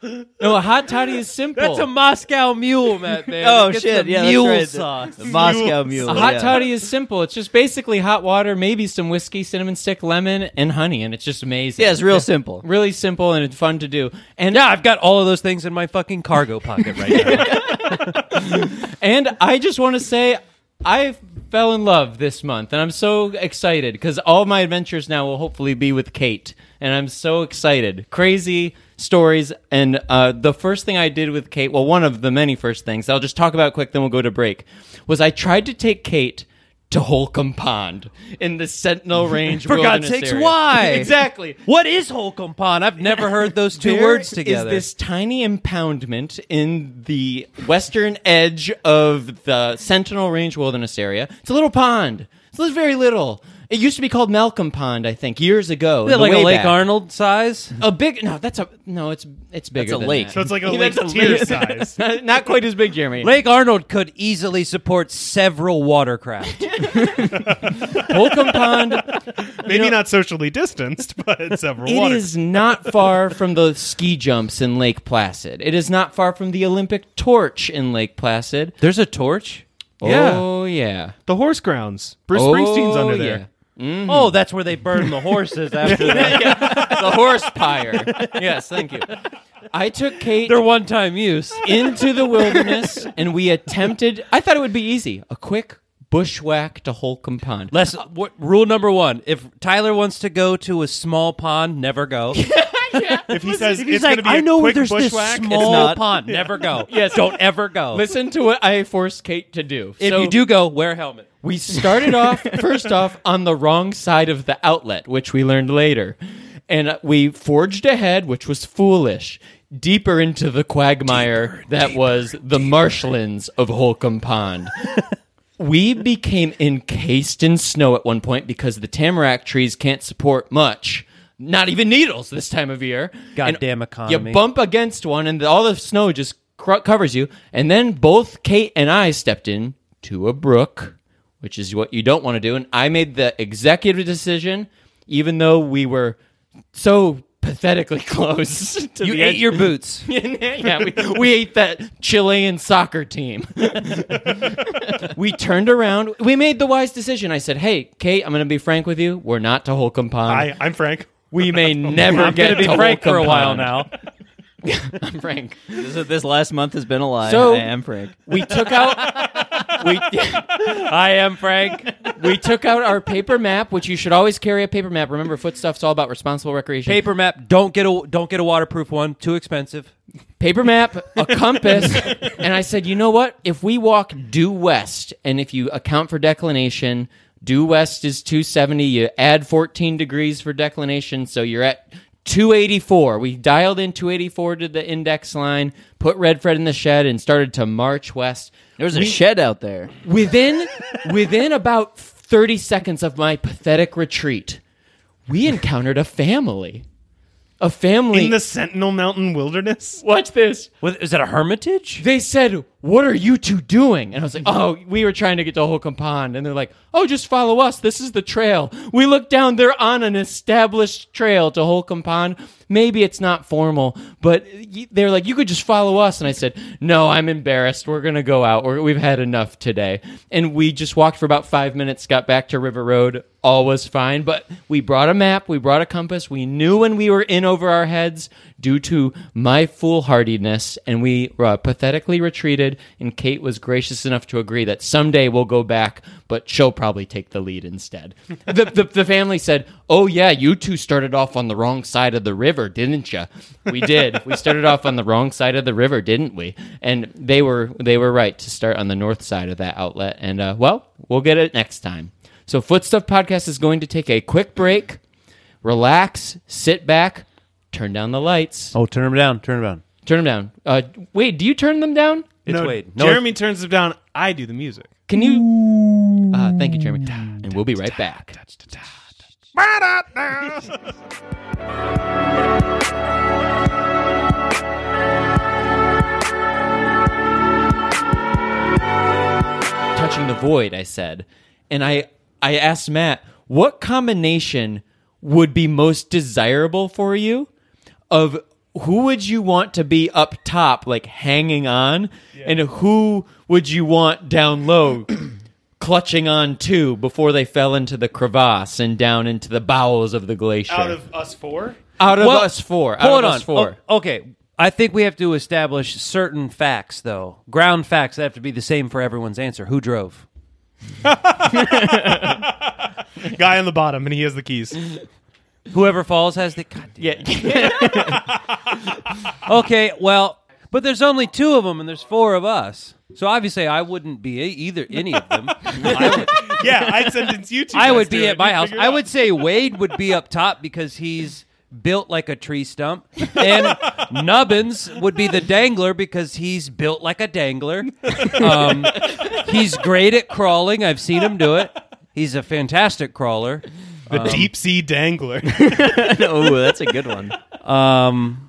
S6: no, a hot toddy is simple.
S4: That's a Moscow mule, Matt. Man.
S2: Oh
S4: It gets
S2: shit!
S4: the
S2: Yeah,
S4: mule
S2: that's right.
S4: sauce.
S2: The, the Moscow mule.
S6: A hot
S2: yeah.
S6: toddy is simple. It's just basically hot water, maybe some whiskey, cinnamon stick, lemon, and honey, and it's just amazing.
S2: Yeah, it's real simple.
S6: really simple and it's fun to do. And
S4: Yeah, I've got all of those things in my fucking cargo pocket right now.
S6: and I just want to say I fell in love this month, and I'm so excited because all my adventures now will hopefully be with Kate, and I'm so excited. Crazy stories, and uh, the first thing I did with Kate, well, one of the many first things I'll just talk about quick, then we'll go to break, was I tried to take Kate. To Holcomb Pond in the Sentinel Range.
S4: For God's
S6: Wilderness
S4: sakes,
S6: area.
S4: why?
S6: exactly?
S4: what is Holcomb Pond? I've never heard those two
S6: There
S4: words together.
S6: Is this tiny impoundment in the western edge of the Sentinel Range Wilderness area? It's a little pond. It's li- very little. It used to be called Malcolm Pond, I think, years ago.
S4: Is it
S6: the
S4: like a
S6: way
S4: Lake
S6: back.
S4: Arnold size?
S6: A big no, that's a no. It's it's bigger.
S2: a
S6: than
S2: lake.
S6: that.
S5: So it's like a
S6: Yeah,
S5: lake
S6: that's
S5: tier
S6: lake.
S5: size.
S6: Not, not quite as big, Jeremy.
S4: Lake Arnold could easily support several watercraft.
S6: Holcomb Pond
S5: Maybe not socially distanced, but several
S6: It
S5: water.
S6: is not far from the ski jumps in Lake Placid. It is not far from the Olympic torch in Lake Placid.
S4: There's a torch?
S6: Oh yeah.
S5: The horse grounds. Bruce
S6: Oh,
S5: Springsteen's under there.
S6: yeah.
S4: Oh, that's where they burn the horses after that.
S6: the horse pyre. Yes, thank you. I took Kate
S4: They're one time use.
S6: into the wilderness and we attempted. I thought it would be easy. A quick bushwhack to Holcomb Pond.
S4: Less, what, rule number one if Tyler wants to go to a small pond, never go.
S5: If he says
S4: He's
S5: it's
S4: like,
S5: going to be
S4: I
S5: a
S4: know where
S5: quick
S4: there's this
S5: bushwhack,
S4: small
S2: not.
S4: pond. Never go. yes. Don't ever go.
S6: Listen to what I forced Kate to do.
S4: if
S6: So
S4: you do go, wear a helmet.
S6: we started off first off on the wrong side of the outlet, which we learned later, and uh, we forged ahead, which was foolish. Deeper into the quagmire that was the marshlands of Holcomb Pond. we became encased in snow at one point because the tamarack trees can't support much. Not even needles this time of year.
S4: Goddamn
S6: And
S4: economy.
S6: You bump against one, and all the snow just cr- covers you. And then both Kate and I stepped in to a brook, which is what you don't want to do. And I made the executive decision, even though we were so pathetically close to
S4: You
S6: the
S4: ate
S6: edge.
S4: your boots.
S6: yeah, we, we ate that Chilean soccer team. we turned around. We made the wise decision. I said, "Hey, Kate, I'm going to be frank with you. We're not to Holcomb Pond.
S5: I, I'm Frank.
S6: we may never
S4: I'm
S6: get
S4: gonna be
S6: to
S4: Frank for
S6: Holcomb
S4: a while
S6: Pond."
S4: now.
S6: I'm Frank.
S2: This, is- this last month has been a lie.
S6: So-
S2: I am Frank.
S6: We took out we
S4: I am Frank.
S6: we took out our paper map, which you should always carry a paper map. Remember, foot stuff's all about responsible recreation.
S4: Paper map. Don't get a don't get a waterproof one. Too expensive.
S6: paper map, a compass, and I said, you know what? If we walk due west, and if you account for declination, due west is 270. You add 14 degrees for declination, so you're at 284. We dialed in 284 to the index line, put Red Fred in the shed, and started to march west.
S2: There's a shed out there.
S6: within within about 30 seconds of my pathetic retreat we encountered a family a family
S5: In the Sentinel Mountain Wilderness?
S6: watch this
S4: What, is that a hermitage?
S6: they said what are you two doing and i was like oh we were trying to get to holcomb pond and they're like oh just follow us this is the trail we look down they're on an established trail to holcomb pond maybe it's not formal but y- they're like you could just follow us and i said no i'm embarrassed we're gonna go out We're, we've had enough today and we just walked for about five minutes got back to river road all was fine but we brought a map we brought a compass we knew when we were in over our heads due to my foolhardiness and we uh, pathetically retreated and kate was gracious enough to agree that someday we'll go back but she'll probably take the lead instead the, the, the family said oh yeah you two started off on the wrong side of the river didn't you we did we started off on the wrong side of the river didn't we and they were they were right to start on the north side of that outlet and uh, well we'll get it next time so footstuff podcast is going to take a quick break relax sit back turn down the lights
S4: Oh, turn them down. Turn them down.
S6: Turn them down. Uh, wait, do you turn them down?
S4: It's
S5: no,
S4: Wade.
S5: Jeremy turns them down. I do the music.
S6: Can you? Uh, thank you, Jeremy. And we'll be right back. Touching the void, I said, and I I asked Matt what combination would be most desirable for you of who would you want to be up top, like hanging on, and who would you want down low, clutching on to before they fell into the crevasse and down into the bowels of the glacier?
S5: Out of us four?
S6: Out of
S4: Well,
S6: us four.
S4: Hold on.
S6: out of
S4: Oh.
S6: us four.
S4: O- okay. I think we have to establish certain facts, though. Ground facts that have to be the same for everyone's answer. Who drove?
S5: Guy on the bottom, and he has the keys.
S4: Whoever falls has the. God damn.
S6: Yeah.
S4: Okay, well, but there's only two of them, and there's four of us. So obviously, I wouldn't be e- either any of them. I would,
S5: yeah, I'd sentence you two.
S4: I
S5: guys
S4: would
S5: to
S4: be
S5: it.
S4: at my
S5: You
S4: house.
S5: figure it
S4: I
S5: out.
S4: would say Wade would be up top because he's built like a tree stump, and Nubbins would be the dangler because he's built like a dangler. Um, he's great at crawling. I've seen him do it. He's a fantastic crawler.
S5: the deep sea dangler.
S2: oh, that's a good one.
S4: Um,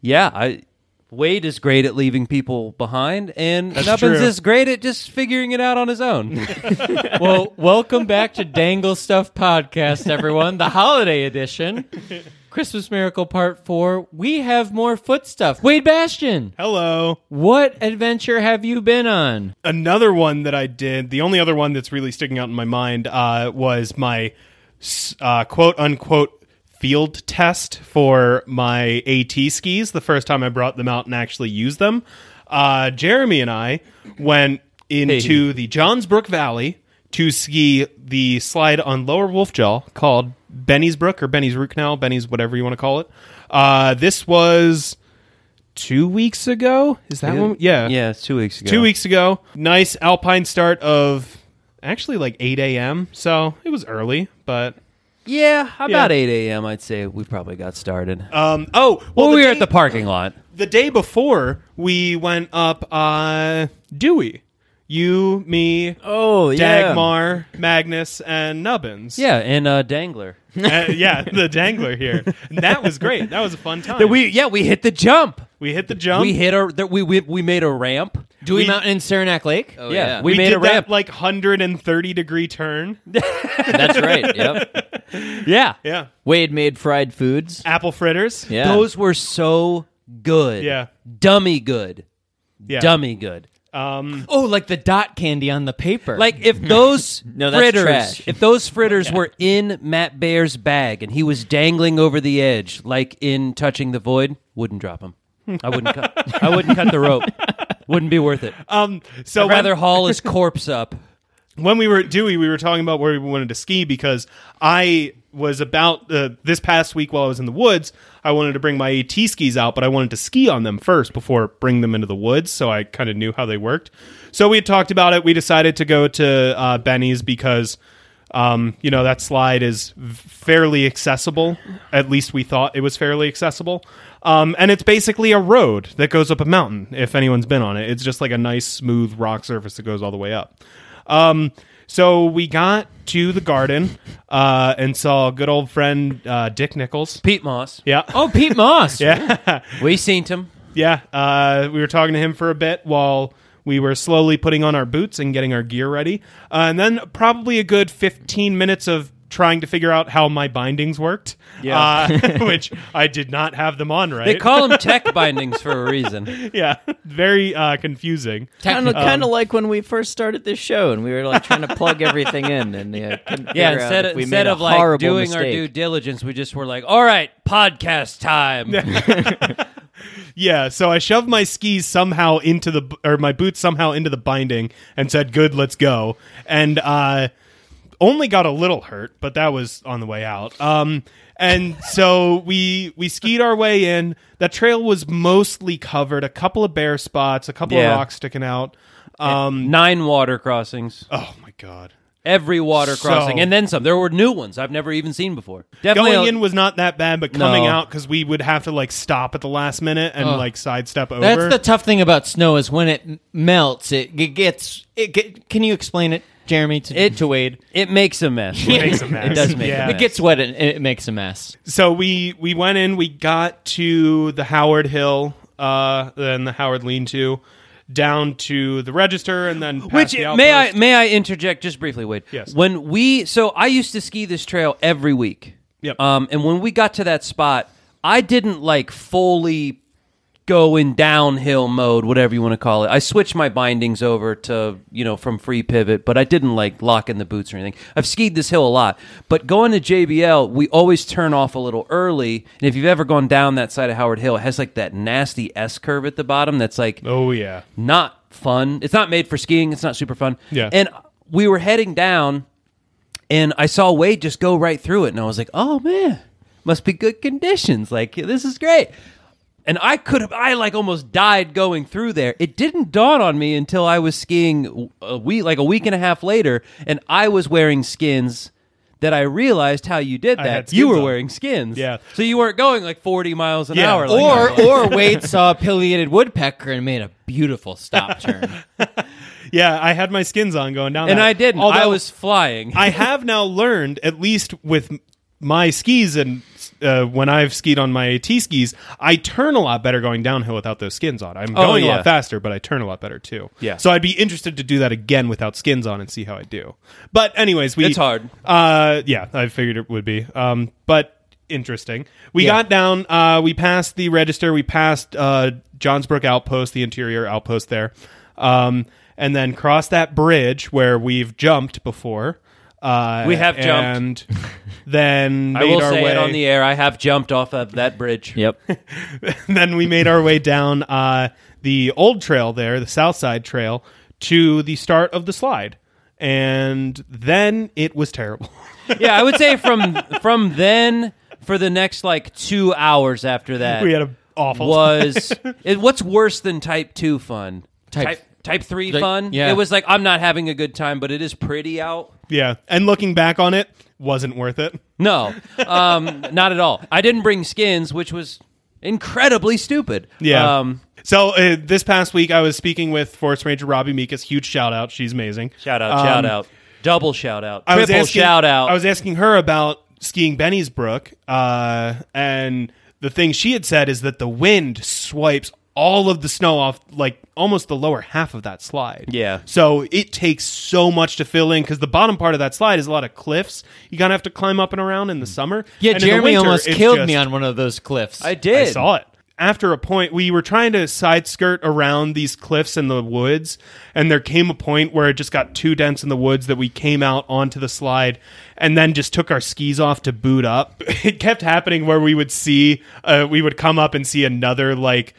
S4: yeah, I. Wade is great at leaving people behind, and Nubbins
S5: true.
S4: is great at just figuring it out on his own.
S6: well, welcome back to Dangle Stuff Podcast, everyone. The holiday edition. Christmas Miracle Part 4. We have more foot stuff. Wade Bastion,
S5: Hello.
S6: what adventure have you been on?
S5: another one that I did, the only other one that's really sticking out in my mind uh, was my s- uh, quote unquote field test for my AT skis the first time I brought them out and actually used them. Uh, Jeremy and I went into the Johnsbrook Valley to ski the slide on Lower Wolfjaw called Benny's Brook or Benny's Root Canal, Benny's whatever you want to call it. Uh, this was two weeks ago. Is that one? Yeah.
S4: yeah, it's two weeks ago.
S5: Two weeks ago. Nice alpine start of actually like 8 a.m. So it was early, but.
S4: Yeah, about
S5: Yeah.
S4: 8 a.m. I'd say we probably got started.
S5: Um, oh, well,
S4: well, we
S5: the,
S4: were
S5: day-
S4: at the parking lot.
S5: the day before we went up uh, Dewey. You, me,
S2: Oh, yeah.
S5: Dagmar, Magnus, and Nubbins.
S4: Yeah, and uh, Dangler.
S5: Uh, yeah, the dangler here. And that was great. That was a fun time.
S4: we yeah we hit the jump.
S5: we hit the jump.
S4: we hit a that we, we we made a ramp.
S6: Dewey
S5: We-
S6: Mountain and Saranac Lake.
S2: Oh, yeah.
S6: we, made
S5: did
S6: a ramp.
S5: that like 130 degree turn.
S2: That's right. Yep.
S6: yeah,
S5: Yeah.
S2: Wade made fried foods.
S5: Apple fritters.
S2: Yeah.
S4: Those were so good.
S5: Yeah.
S4: Dummy good.
S5: Yeah.
S4: Dummy good.
S5: Um,
S6: Oh, like the dot candy on the paper.
S4: Like if those
S2: that's
S4: fritters,
S2: trash.
S4: if those fritters were in Matt Bear's bag and he was dangling over the edge, like in touching the void, wouldn't drop him. I wouldn't. cut, I wouldn't cut the rope. Wouldn't be worth it.
S5: um, so
S4: I'd
S5: when-
S4: rather haul his corpse up.
S5: when we were at Dewey, we were talking about where we wanted to ski because I was about uh, this past week while I was in the woods. I wanted to bring my AT skis out, but I wanted to ski on them first before bring them into the woods. So I kind of knew how they worked. So we had talked about it. We decided to go to uh, Benny's because. Um, you know that slide is v- fairly accessible. At least we thought it was fairly accessible, um, and it's basically a road that goes up a mountain. If anyone's been on it, it's just like a nice smooth rock surface that goes all the way up. Um, so we got to the garden uh, and saw good old friend uh, Dick Nichols.
S4: Pete Moss.
S5: Yeah.
S6: oh, Pete Moss.
S5: Yeah.
S4: We seen him.
S5: yeah. Uh, we were talking to him for a bit while we were slowly putting on our boots and getting our gear ready. Uh, and then probably a good 15 minutes of trying to figure out how my bindings worked, yeah. uh, which I did not have them on right.
S4: They call him tech bindings for a reason.
S5: yeah. Very uh, confusing.
S2: Kind of,
S4: um,
S2: kind of like when we first started this show, and we were like trying to plug everything in, and yeah, couldn't figure
S4: Yeah,
S2: out
S4: instead,
S2: if we
S4: instead
S2: made
S4: of
S2: a
S4: like
S2: horrible
S4: doing our
S2: mistake.
S4: due diligence, we just were like, all right, podcast time.
S5: Yeah, so I shoved my skis somehow into the or my boots somehow into the binding and said, "Good, let's go." And uh only got a little hurt, but that was on the way out. Um and so we we skied our way in. That trail was mostly covered, a couple of bare spots, a couple
S4: Yeah.
S5: of rocks sticking out. Um
S4: Nine water crossings.
S5: oh my god.
S4: Every water
S5: So-
S4: crossing, and then some. There were new ones I've never even seen before. Definitely
S5: Going
S4: a-
S5: in was not that bad, but coming
S4: uh, No.
S5: out because we would have to like stop at the last minute and like sidestep over.
S6: That's the tough thing about snow is when it m- melts, it, g gets. It get, can you explain it, Jeremy, to,
S4: It-
S6: to Wade?
S4: it makes a mess.
S5: It makes a mess.
S4: It does make a
S5: Yeah.
S4: mess.
S6: It gets wet and it makes a mess.
S5: so we we went in we got to the howard hill uh then the howard lean to down to the register and then past
S4: Which
S5: the
S4: may I
S5: outpost.
S4: may I interject just briefly, Wade?
S5: Yes.
S4: When we so I used to ski this trail every week.
S5: Yep.
S4: Um, and when we got to that spot, I didn't like fully go in downhill mode, whatever you want to call it. I switched my bindings over to you know from free pivot, but I didn't like lock in the boots or anything. I've skied this hill a lot, but going to JBL, we always turn off a little early. And if you've ever gone down that side of Howard Hill, it has like that nasty S curve at the bottom. That's like
S5: oh yeah
S4: not fun. It's not made for skiing. It's not super fun.
S5: Yeah.
S4: And we were heading down, and I saw Wade just go right through it, and I was like, "Oh man, must be good conditions. Like this is great." And I could have, I like almost died going through there. It didn't dawn on me until I was skiing a week, like a week and a half later, and I was wearing skins. That I realized how you did
S5: I
S4: that.
S5: had
S4: You
S5: skins
S4: were
S5: on.
S4: wearing skins.
S5: Yeah.
S4: So you weren't going like 40 miles an
S5: Yeah.
S4: hour. Like I was.
S6: Or or Wade saw a pileated woodpecker and made a beautiful stop turn.
S5: yeah i had my skins on going down
S4: and
S5: that.
S4: I didn't.
S5: Although,
S4: I was flying.
S5: i have now learned at least with my skis and uh, when i've skied on my at skis i turn a lot better going downhill without those skins on i'm
S4: Oh,
S5: going a
S4: yeah.
S5: lot faster but i turn a lot better too
S4: Yeah.
S5: so i'd be interested to do that again without skins on and see how i do but anyways we
S4: It's hard.
S5: Uh, yeah, I figured it would be. Um, but interesting. We got down. Uh, we passed the register. We passed uh, Johnsbrook Outpost, the interior outpost there, um, and then crossed that bridge where we've jumped before. Uh,
S4: We have
S5: jumped. And then
S4: I
S5: made
S4: will
S5: our
S4: say
S5: way
S4: it on the air. I have jumped off of that bridge.
S2: Yep.
S5: then we made our way down uh, the old trail there, the South Side Trail, to the start of the slide, and then it was terrible.
S4: Yeah, I would say from from then for the next like two hours after that,
S5: we had an awful
S4: was it, what's worse than Type Two fun?
S6: Type-
S4: Type, type Three
S6: Like,
S4: fun.
S6: yeah.
S4: it was like I'm not having a good time, but it is pretty out.
S5: Yeah, and looking back on it, wasn't worth it.
S4: No, um, not at all. I didn't bring skins, which was incredibly stupid.
S5: Yeah.
S4: Um,
S5: so uh, this past week, I was speaking with Forest Ranger Robbie Mikas. Huge shout out, she's amazing.
S4: shout out!
S5: Um,
S4: shout out! Double shout out!
S5: I was
S4: triple
S5: asking-
S4: shout out!
S5: I was asking her about skiing Benny's Brook, uh, and the thing she had said is that the wind swipes all of the snow off like almost the lower half of that slide.
S4: Yeah.
S5: So it takes so much to fill in because the bottom part of that slide is a lot of cliffs. You kind of have to climb up and around in the summer.
S6: Yeah,
S5: And in the
S6: Jeremy
S5: winter,
S6: almost
S5: it's
S6: killed
S5: just-
S6: me on one of those cliffs.
S4: I did.
S5: I saw it. After a point, we were trying to side skirt around these cliffs in the woods, and there came a point where it just got too dense in the woods that we came out onto the slide and then just took our skis off to boot up. It kept happening where we would see, uh, we would come up and see another like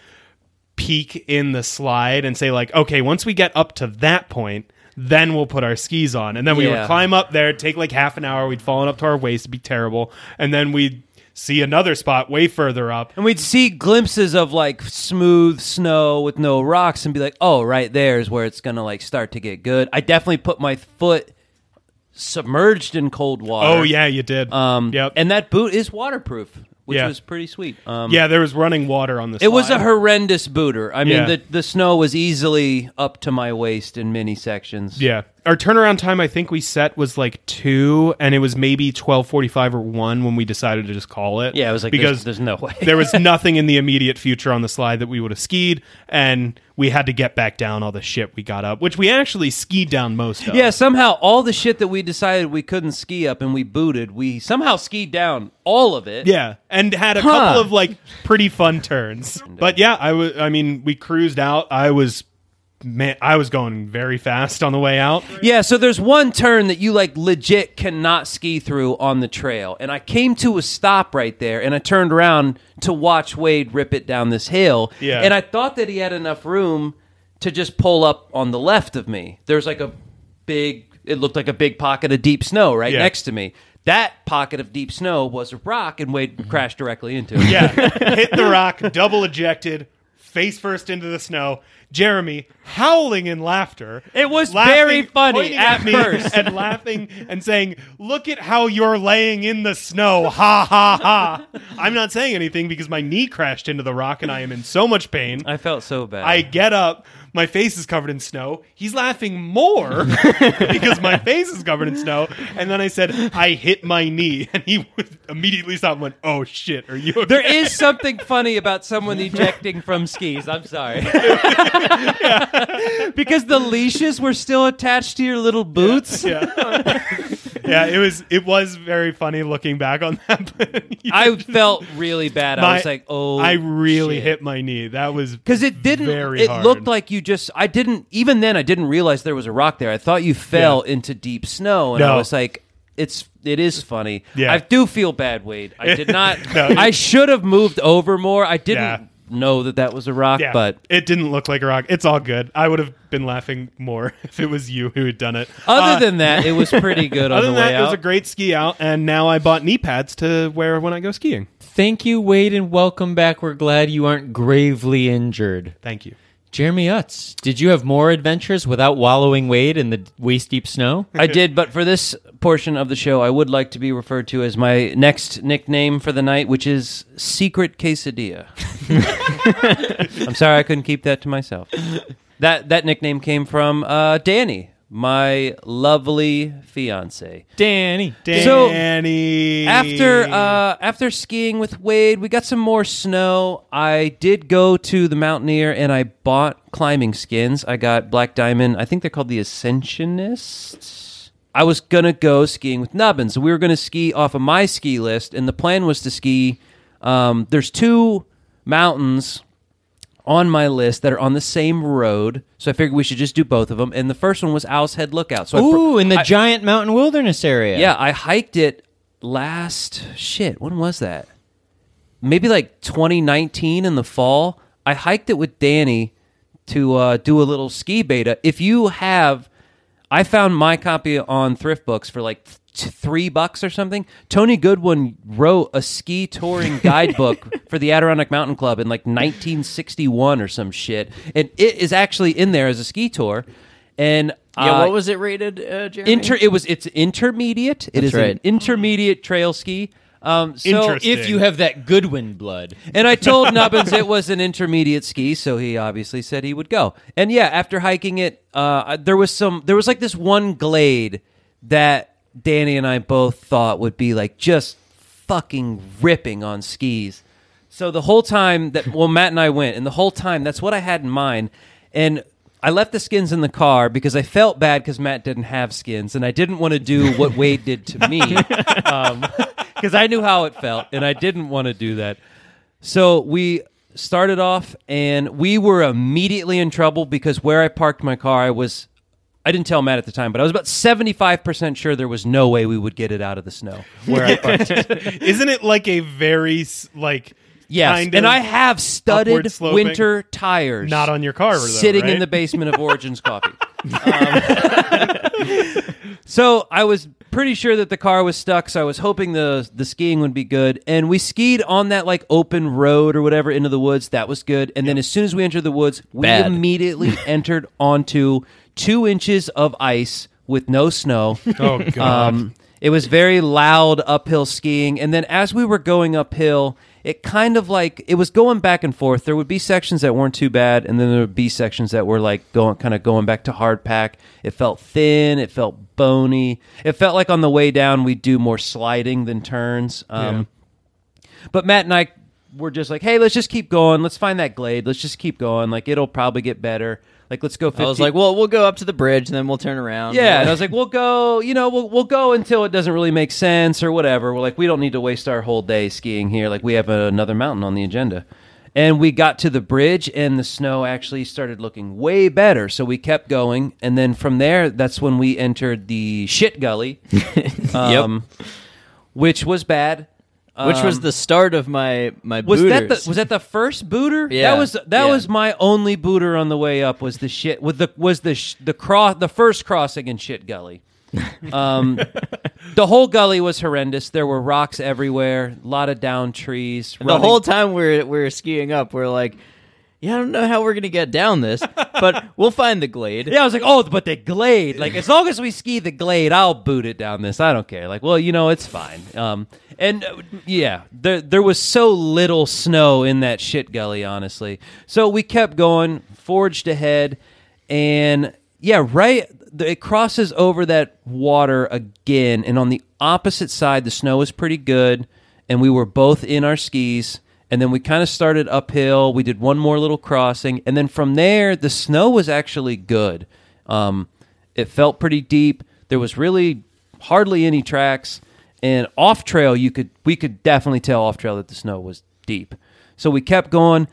S5: peak in the slide and say, like, okay, once we get up to that point, then we'll put our skis on. And then we
S4: Yeah.
S5: would climb climb up there, take like half an hour. We'd fallen up to our waist, it'd be terrible, and then we'd see another spot way further up.
S4: And we'd see glimpses of like smooth snow with no rocks and be like, oh, right there is where it's going to like start to get good. I definitely put my foot submerged in cold water.
S5: Oh yeah, you did.
S4: Um,
S5: yep.
S4: And that boot is waterproof, which
S5: Yeah.
S4: was pretty sweet. Um,
S5: yeah, there was running water on this.
S4: It was a horrendous booter. I mean,
S5: Yeah.
S4: the, the snow was easily up to my waist in many sections.
S5: Yeah. Our turnaround time I think we set was like 2 and it was maybe 12:45 or 1 when we decided to just call it.
S4: Yeah, I was like,
S5: because
S4: there's, there's no way.
S5: there was nothing in the immediate future on the slide that we would have skied and we had to get back down all the shit we got up, which we actually skied down most of.
S4: Yeah, somehow all the shit that we decided we couldn't ski up and we booted, we somehow skied down all of it.
S5: Yeah, and had a couple of like pretty fun turns. But yeah, I was. I mean, we cruised out. I was, man, I was going very fast on the way out.
S4: Yeah, so there's one turn that you like legit cannot ski through on the trail. And I came to a stop right there and I turned around to watch Wade rip it down this hill.
S5: Yeah.
S4: And I thought that he had enough room to just pull up on the left of me. There's like a big it looked like a big pocket of deep snow right
S5: Yeah.
S4: next to me. That pocket of deep snow was a rock and Wade crashed directly into it.
S5: Mm-hmm. Yeah, hit the rock, double ejected, face first into the snow. Jeremy howling in laughter.
S4: It was very funny
S5: pointing
S4: at
S5: me
S4: first.
S5: and laughing and saying, "Look at how you're laying in the snow!" Ha ha ha! I'm not saying anything because my knee crashed into the rock and I am in so much pain.
S4: I felt so bad.
S5: I get up. My face is covered in snow. He's laughing more because my face is covered in snow. And then I said, I hit my knee. And he would immediately stopped and went, Oh shit, are you okay?
S4: There is something funny about someone ejecting from skis. I'm sorry. because the leashes were still attached to your little boots.
S5: yeah. yeah, it was it was very funny looking back on that. but
S4: I felt really bad. I
S5: my-
S4: was like, oh.
S5: I really hit my knee. That was
S4: Because it didn't.
S5: very
S4: it
S5: hard.
S4: looked like you just. I didn't. Even then, I didn't realize there was a rock there. I thought you fell into deep snow, and I
S5: No.
S4: was like, "It's. It is funny.
S5: Yeah.
S4: I do feel bad, Wade. I did not.
S5: No.
S4: I should have moved over more. I didn't
S5: Yeah.
S4: know that that was a rock,
S5: Yeah,
S4: but
S5: it didn't look like a rock. It's all good. I would have been laughing more if it was you who had done it.
S4: Other
S5: Uh,
S4: than that, it was pretty good on
S5: other
S4: the
S5: than
S4: way
S5: that, it was
S4: out.
S5: a great ski out, and now I bought knee pads to wear when I go skiing.
S6: Thank you, Wade, and welcome back. We're glad you aren't gravely injured.
S5: Thank you.
S6: Jeremy Utz, did you have more adventures without wallowing Wade in the waist deep snow?
S4: I did, but for this portion of the show, I would like to be referred to as my next nickname for the night, which is Secret Quesadilla. I'm sorry I couldn't keep that to myself. That that nickname came from uh, Danny, my lovely fiance.
S6: Danny.
S4: So-
S5: Danny,
S4: After uh, after skiing with Wade, we got some more snow. I did go to the Mountaineer and I bought climbing skins. I got Black Diamond. I think they're called the Ascensionists. I was gonna go skiing with Nubbin, so we were gonna ski off of my ski list, and the plan was to ski. Um, there's two mountains on my list that are on the same road, so I figured we should just do both of them. And the first one was Owl's Head Lookout. So I pr-
S6: Ooh, in the
S4: I-
S6: giant mountain wilderness area.
S4: yeah, I hiked it last shit. When was that? Maybe like 2019 in the fall. I hiked it with Danny to uh, do a little ski beta. If you have, I found my copy on Thrift Books for like th- three bucks or something. Tony Goodwin wrote a ski touring guidebook for the Adirondack Mountain Club in like 1961 or some shit, and it is actually in there as a ski tour. And
S2: Yeah,
S4: uh,
S2: what was it rated, uh, Jeremy?
S4: Inter, it was it's intermediate. It is
S2: right.
S4: an intermediate trail ski. Um, so
S5: Interest-
S6: Oh, If you have that Goodwin blood.
S4: and I told Nubbins it was an intermediate ski, so he obviously said he would go. And yeah, after hiking it, uh, there was some there was like this one glade that Danny and I both thought would be like just fucking ripping on skis. So the whole time that well, Matt and I went, and the whole time that's what I had in mind, and. I left the skins in the car because I felt bad because Matt didn't have skins, and I didn't want to do what Wade did to me because I knew how it felt, and I didn't want to do that. So we started off, and we were immediately in trouble because where I parked my car, I was. I didn't tell Matt at the time, but I was about 75% sure there was no way we would get it out of the snow where I parked.
S5: Isn't it like a very s- like
S4: Yes,
S5: kind
S4: and
S5: of
S4: I have
S5: upward
S4: studded
S5: sloping?
S4: winter tires.
S5: Not on your car, though,
S4: sitting
S5: right?
S4: in the basement of Origins Coffee. Um, so I was pretty sure that the car was stuck. So I was hoping the the skiing would be good, and we skied on that like open road or whatever into the woods. That was good. And then as soon as we entered the woods, we
S2: Bad.
S4: immediately entered onto two inches of ice with no snow.
S5: Oh god.
S4: Um, it was very loud uphill skiing, and then as we were going uphill, it kind of like it was going back and forth. There would be sections that weren't too bad, and then there would be sections that were like going kind of going back to hard pack. It felt thin, it felt bony. It felt like on the way down we would do more sliding than turns. Um, but Matt and I were just like, hey, let's just keep going. Let's find that glade. Let's just keep going. Like it'll probably get better. Like let's go. 50.
S2: I was like, well, we'll go up to the bridge and then we'll turn around.
S4: Yeah, and I was like, we'll go, you know, we'll, we'll go until it doesn't really make sense or whatever. We're like, we don't need to waste our whole day skiing here. Like, we have another mountain on the agenda. And we got to the bridge, and the snow actually started looking way better. So we kept going. And then from there, that's when we entered the shit gully, um, which was bad.
S2: which was the start of my my
S4: Um, Was that
S2: booters.
S4: the was that the first booter?
S2: Yeah,
S4: that was that
S2: yeah.
S4: was my only booter on the way up. Was the shit with the was the sh- the cross the first crossing in shit gully. Um, the whole gully was horrendous. There were rocks everywhere, a lot of down trees.
S2: the whole time we're we're skiing up, we're like, yeah, I don't know how we're gonna get down this, but we'll find the glade.
S4: yeah, I was like, oh, but the glade. Like, as long as we ski the glade, I'll boot it down this. I don't care. Like, well, you know, it's fine. Um, and uh, yeah, there there was so little snow in that shit gully, honestly. So we kept going, forged ahead, and yeah, right. the- It crosses over that water again, and on the opposite side, the snow was pretty good, and we were both in our skis. And then we kind of started uphill. We did one more little crossing, and then from there, the snow was actually good. Um, it felt pretty deep. There was really hardly any tracks, and off trail, you could we could definitely tell off trail that the snow was deep. So we kept going,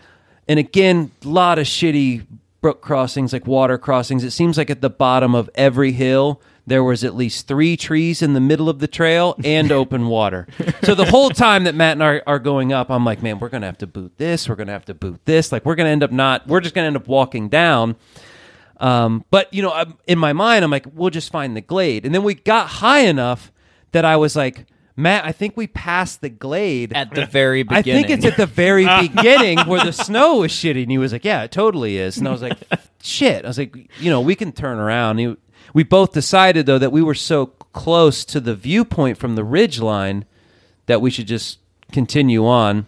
S4: and again, a lot of shitty brook crossings, like water crossings. It seems like at the bottom of every hill. There was at least three trees in the middle of the trail and open water. So the whole time that Matt and I are, are going up, I'm like, man, we're gonna have to boot this. We're gonna have to boot this. Like we're gonna end up not. We're just gonna end up walking down. Um, but you know, I'm, in my mind, I'm like, we'll just find the glade. And then we got high enough that I was like, Matt, I think we passed the glade.
S2: At the very
S4: I
S2: beginning,
S4: think it's at the very
S6: Ah.
S4: beginning where the snow was shitty. And he was like, yeah, it totally is. And I was like, shit. I was like, you know, we can turn around. He- we both decided though that we were so close to the viewpoint from the ridge line that we should just continue on.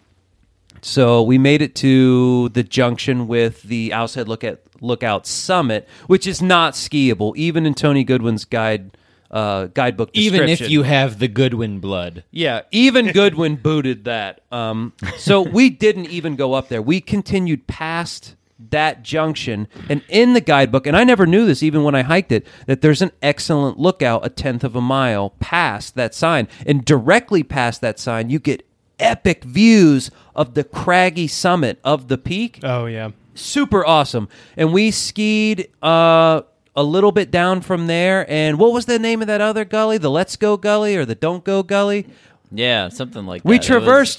S4: So we made it to the junction with the Outside Look at Lookout Summit, which is not skiable, even in Tony Goodwin's guide uh, guidebook.
S6: Even if
S4: description.
S6: you have the Goodwin blood.
S4: Yeah, even Goodwin booted that. Um, so we didn't even go up there. We continued past that junction, and in the guidebook, and I never knew this even when I hiked it, that there's an excellent lookout a tenth of a mile past that sign, and directly past that sign, you get epic views of the craggy summit of the peak
S5: oh yeah.
S4: super awesome. And we skied uh, a little bit down from there. And what was the name of that other gully? The Let's Go Gully or the Don't Go Gully?
S2: yeah, something like
S4: We
S2: that. It was-
S4: traversed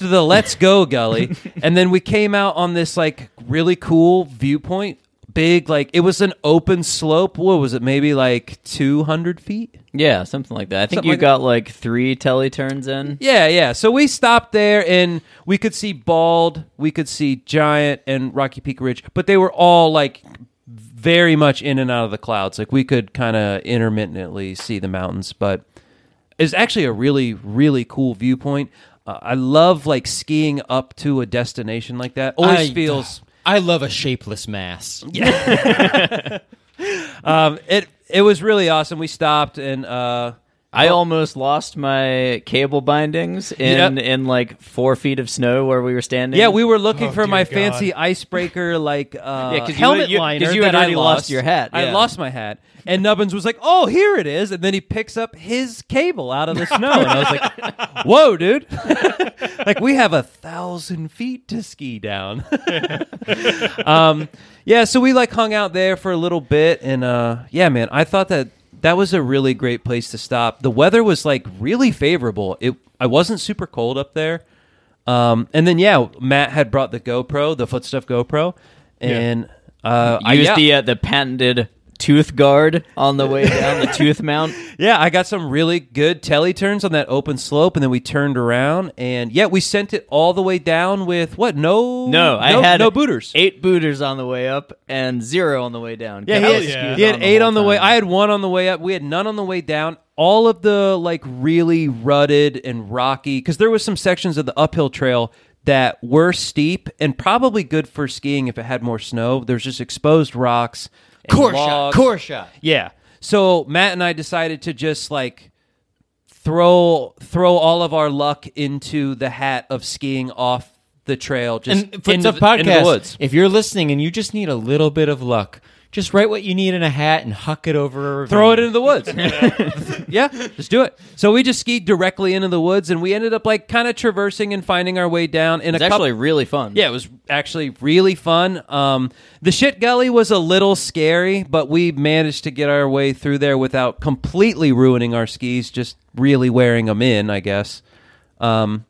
S4: the Let's Go Gully, and then we came out on this like really cool viewpoint. Big, like it was an open slope. What was it? Maybe like two hundred feet.
S2: yeah, something like that. I think
S4: Something
S2: you
S4: like-
S2: got like three telly turns in.
S4: Yeah, yeah. So we stopped there and we could see Bald, we could see Giant and Rocky Peak Ridge, but they were all like very much in and out of the clouds. Like we could kind of intermittently see the mountains, but it's actually a really, really cool viewpoint. Uh, I love like skiing up to a destination like that. Always
S6: I-
S4: feels
S6: I love a shapeless mass.
S4: um, it. It was really awesome. We stopped and uh,
S2: I almost lost my cable bindings in
S4: Yep.
S2: in like four feet of snow where we were standing. Uh,
S4: Yeah, we were looking
S5: Oh,
S4: for
S5: dear
S4: my
S5: God.
S4: fancy icebreaker like uh,
S2: 'cause you
S4: helmet
S2: had- you- 'cause
S4: liner
S2: you had
S4: that I
S2: already lost
S4: lost.
S2: your hat,
S4: I
S2: yeah.
S4: lost my hat, and Nubbins was like, "Oh, here it is," and then he picks up his cable out of the snow, and I was like, "Whoa, dude! like we have a thousand feet to ski down." um, yeah, so we like hung out there for a little bit, and uh, yeah, man, I thought that that was a really great place to stop. The weather was like really favorable. It I wasn't super cold up there, um, and then yeah, Matt had brought the GoPro, the Footstuff GoPro, and uh, I,
S2: used
S4: yeah,
S2: the uh, the patented tooth guard on the way down the tooth mount.
S4: yeah, I got some really good telly turns on that open slope, and then we turned around, and yeah, we sent it all the way down with what? No,
S2: No, I had
S4: no booters.
S2: Eight booters on the way up and zero on the way down. Got
S4: Yeah, he had,
S2: all the
S5: yeah.
S2: skis
S4: he had eight
S2: whole
S4: on the way.
S2: time.
S4: I had one on the way up. We had none on the way down. All of the like really rutted and rocky because there was some sections of the uphill trail that were steep and probably good for skiing if it had more snow. There's just exposed rocks, and
S2: Core shot,
S4: logs.
S2: core shot.
S4: Yeah. So Matt and I decided to just like throw throw all of our luck into the hat of skiing off the trail, just
S6: and for
S4: into
S6: the
S4: the-
S6: podcast,
S4: into the woods.
S6: if you're listening and you just need a little bit of luck, just write what you need in a hat and huck it over. A
S4: throw it
S6: ravine.
S4: into the woods. yeah, just do it. So we just skied directly into the woods, and we ended up like kind of traversing and finding our way down. In
S2: It's
S4: a couple,
S2: actually really fun.
S4: yeah, it was actually really fun. Um, the shit gully was a little scary, but we managed to get our way through there without completely ruining our skis, just really wearing them in, I guess. Um,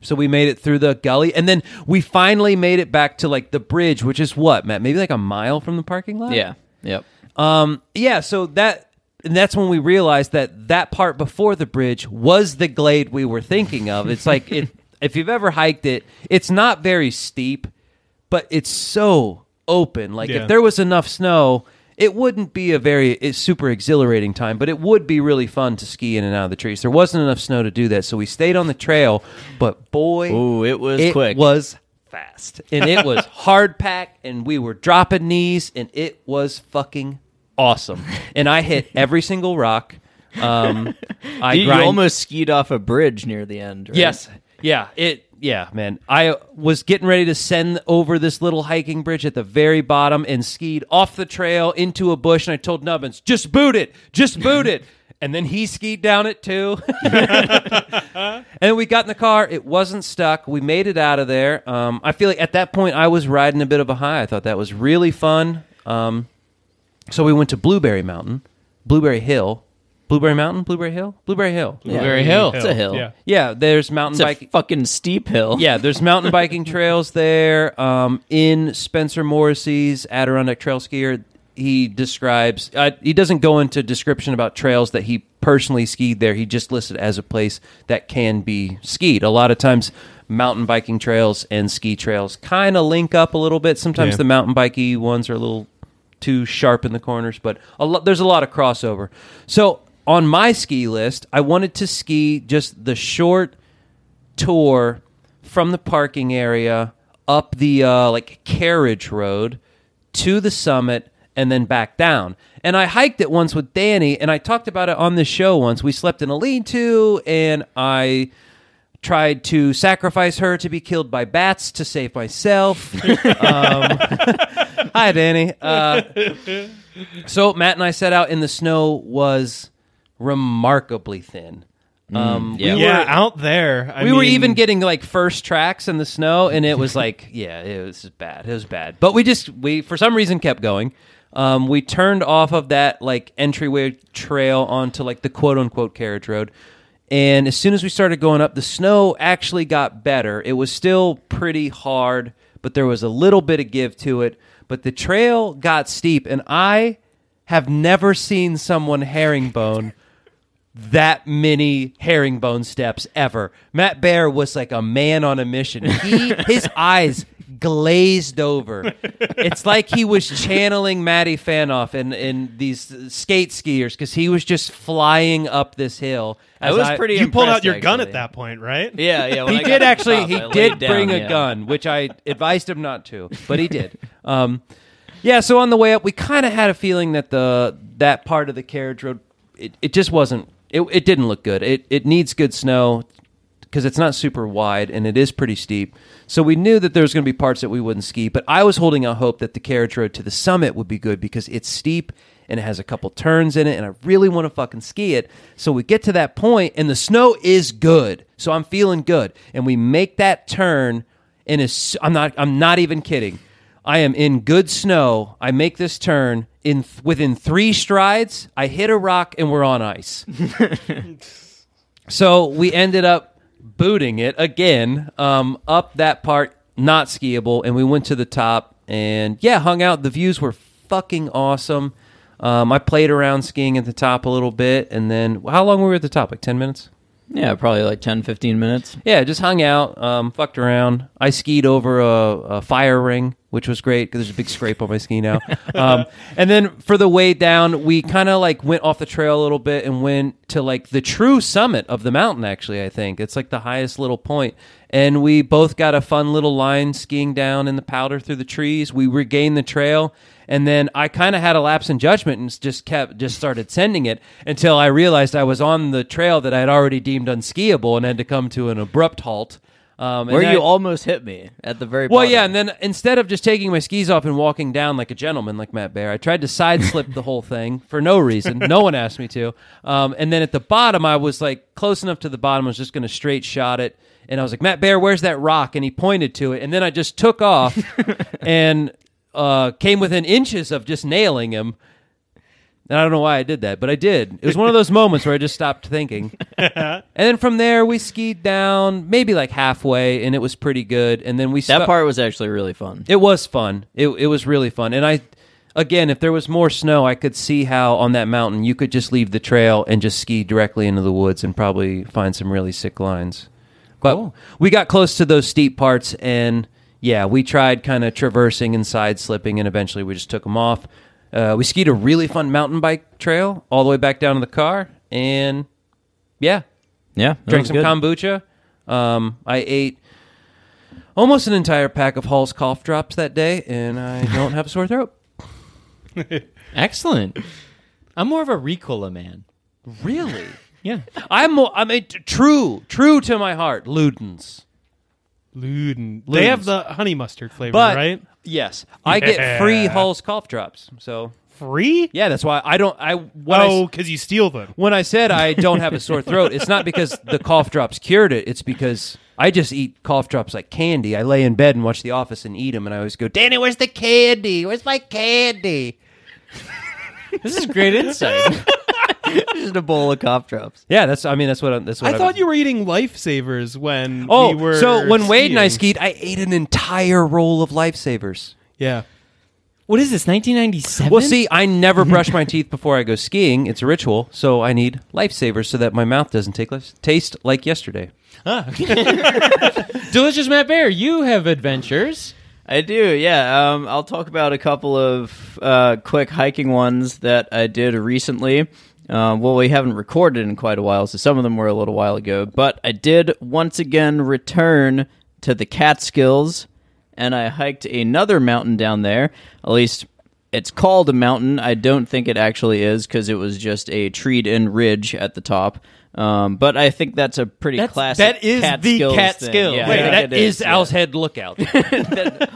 S4: so we made it through the gully, and then we finally made it back to like the bridge, which is what Matt, maybe like a mile from the parking lot.
S2: yeah, yep.
S4: Um, yeah, so that and that's when we realized that that part before the bridge was the glade we were thinking of. It's like it, if you've ever hiked it, it's not very steep, but it's so open. Like
S5: Yeah.
S4: if there was enough snow, it wouldn't be a very it's super exhilarating time, but it would be really fun to ski in and out of the trees. There wasn't enough snow to do that, so we stayed on the trail. But boy,
S2: Ooh, it was quick.
S4: was fast. And it was hard pack, and we were dropping knees, and it was fucking awesome. And I hit every single rock. Um, I
S2: You, you
S4: grind-
S2: almost skied off a bridge near the end. Right?
S4: yes, yeah, it yeah, man. I was getting ready to send over this little hiking bridge at the very bottom and skied off the trail into a bush, and I told Nubbins, "Just boot it, just boot it." And then he skied down it too. And we got in the car. It wasn't stuck. We made it out of there. Um, I feel like at that point I was riding a bit of a high. I thought that was really fun. Um, so we went to Blueberry Mountain, Blueberry Hill, Blueberry Mountain, Blueberry Hill, Blueberry Hill. Yeah,
S6: Blueberry Hill.
S2: It's a hill.
S5: Yeah.
S4: there's mountain
S2: It's a
S4: biking.
S2: fucking steep hill.
S4: yeah, there's mountain biking trails there. Um, in Spencer Morrissey's Adirondack Trail Skier, he describes. Uh, he doesn't go into description about trails that he personally skied there. He just listed as a place that can be skied. A lot of times, mountain biking trails and ski trails kind of link up a little bit. Sometimes
S5: Yeah.
S4: the mountain bikey ones are a little too sharp in the corners, but a lot, there's a lot of crossover. So on my ski list, I wanted to ski just the short tour from the parking area up the uh, like carriage road to the summit and then back down. And I hiked it once with Danny, and I talked about it on this show once. We slept in a lean-to, and I tried to sacrifice her to be killed by bats to save myself. um, hi, Danny. Uh, so Matt and I set out, and the snow was remarkably thin. Um, we
S5: Yeah,
S4: were-
S5: out there. I
S4: we were
S5: mean,
S4: even getting like first tracks in the snow, and it was like, yeah, it was bad. It was bad. But we just we for some reason kept going. Um, we turned off of that like entryway trail onto like the quote unquote carriage road, and as soon as we started going up, the snow actually got better. It was still pretty hard, but there was a little bit of give to it. But the trail got steep, and I have never seen someone herringbone that many herringbone steps ever. Matt Bear was like a man on a mission. He his eyes glazed over. It's like he was channeling Matty Fanoff and in these skate skiers because he was just flying up this hill.
S2: I
S4: as
S2: was pretty.
S5: You pulled
S2: impressed,
S5: out your gun
S2: actually.
S5: at that point, right?
S2: Yeah, yeah. when I
S4: he
S2: got
S4: did
S2: to the
S4: actually.
S2: top,
S4: he
S2: I laid
S4: did
S2: down,
S4: bring a
S2: yeah.
S4: gun, which I advised him not to, but he did. Um, yeah. So on the way up, we kind of had a feeling that the that part of the carriage road, it, it just wasn't. It, it didn't look good. It it needs good snow because it's not super wide and it is pretty steep. So we knew that there was going to be parts that we wouldn't ski, but I was holding out hope that the carriage road to the summit would be good because it's steep and it has a couple turns in it and I really want to fucking ski it. So we get to that point and the snow is good. So I'm feeling good and we make that turn and it's, I'm not I'm not even kidding. I am in good snow. I make this turn in th- within 3 strides, I hit a rock and we're on ice. So we ended up booting it again um, up that part, not skiable, and we went to the top and yeah, hung out. The views were fucking awesome. Um, I played around skiing at the top a little bit, and then how long were we at the top? Like ten minutes.
S2: Yeah, probably like 10, 15 minutes.
S4: Yeah, just hung out, um, fucked around. I skied over a, a fire ring, which was great because there's a big scrape on my ski now. Um, and then for the way down, we kind of like went off the trail a little bit and went to like the true summit of the mountain, actually, I think. It's like the highest little point. And we both got a fun little line skiing down in the powder through the trees. We regained the trail. And then I kind of had a lapse in judgment and just kept just started sending it until I realized I was on the trail that I had already deemed unskiable and had to come to an abrupt halt. Um, and
S2: Where
S4: then
S2: you
S4: I-
S2: almost hit me at the very
S4: well,
S2: bottom.
S4: yeah, and then instead of just taking my skis off and walking down like a gentleman, like Matt Bear, I tried to side slip the whole thing for no reason. No one asked me to. Um, and then at the bottom, I was like close enough to the bottom, I was just going to straight shot it. And I was like, Matt Bear, where's that rock? And he pointed to it. And then I just took off and uh, came within inches of just nailing him. And I don't know why I did that, but I did. It was one of those moments where I just stopped thinking. And then from there, we skied down maybe like halfway, and it was pretty good. And then we
S2: That
S4: stu-
S2: part was actually really fun.
S4: it was fun. It it was really fun. And I again, if there was more snow, I could see how on that mountain you could just leave the trail and just ski directly into the woods and probably find some really sick lines. But we got close to those steep parts and yeah, we tried kind of traversing and side slipping and eventually we just took them off. Uh, we skied a really fun mountain bike trail all the way back down to the car and yeah,
S2: Yeah. that
S4: drank
S2: was
S4: some
S2: good.
S4: kombucha. Um, I ate almost an entire pack of Hall's cough drops that day, and I don't have a sore throat.
S6: Excellent. I'm more of a Ricola man.
S4: Really?
S6: Yeah.
S4: I'm more, I'm a, true, true to my heart, Ludens.
S5: Luden. They have
S4: Ludens.
S5: the honey mustard flavor,
S4: But
S5: right?
S4: yes, I get free Hall's cough drops. So
S5: Free?
S4: yeah, that's why I don't. I when, I,
S5: Oh,
S4: s-
S5: because you steal them.
S4: when I said I don't have a sore throat, it's not because the cough drops cured it. It's because I just eat cough drops like candy. I lay in bed and watch The Office and eat them, and I always go, "Danny, where's the candy? Where's my candy?"
S6: This is great insight.
S2: Just a bowl of cough drops.
S4: Yeah, that's. I mean, that's what. I'm, that's what
S5: I thought you were eating lifesavers when
S4: Oh,
S5: we were.
S4: so when Wade and I
S5: skiing.
S4: skied, I ate an entire roll of lifesavers.
S5: yeah,
S6: what is this? 1997?
S4: Well, see, I never brush my teeth before I go skiing. It's a ritual, so I need lifesavers so that my mouth doesn't take less, taste like yesterday.
S6: Delicious Matt Bear, you have adventures.
S2: I do, yeah. Um, I'll talk about a couple of uh, quick hiking ones that I did recently. Uh, well, we haven't recorded in quite a while, so some of them were a little while ago. But I did once again return to the Catskills, and I hiked another mountain down there. At least it's called a mountain. I don't think it actually is because it was just a treed in ridge at the top. Um, but I think that's a pretty
S6: That's-
S2: classic.
S6: that is the
S2: Catskills thing.
S6: Catskills.
S2: Yeah, I
S6: Wait,
S2: think
S4: that
S2: it
S4: is,
S2: yeah
S4: Al's head lookout.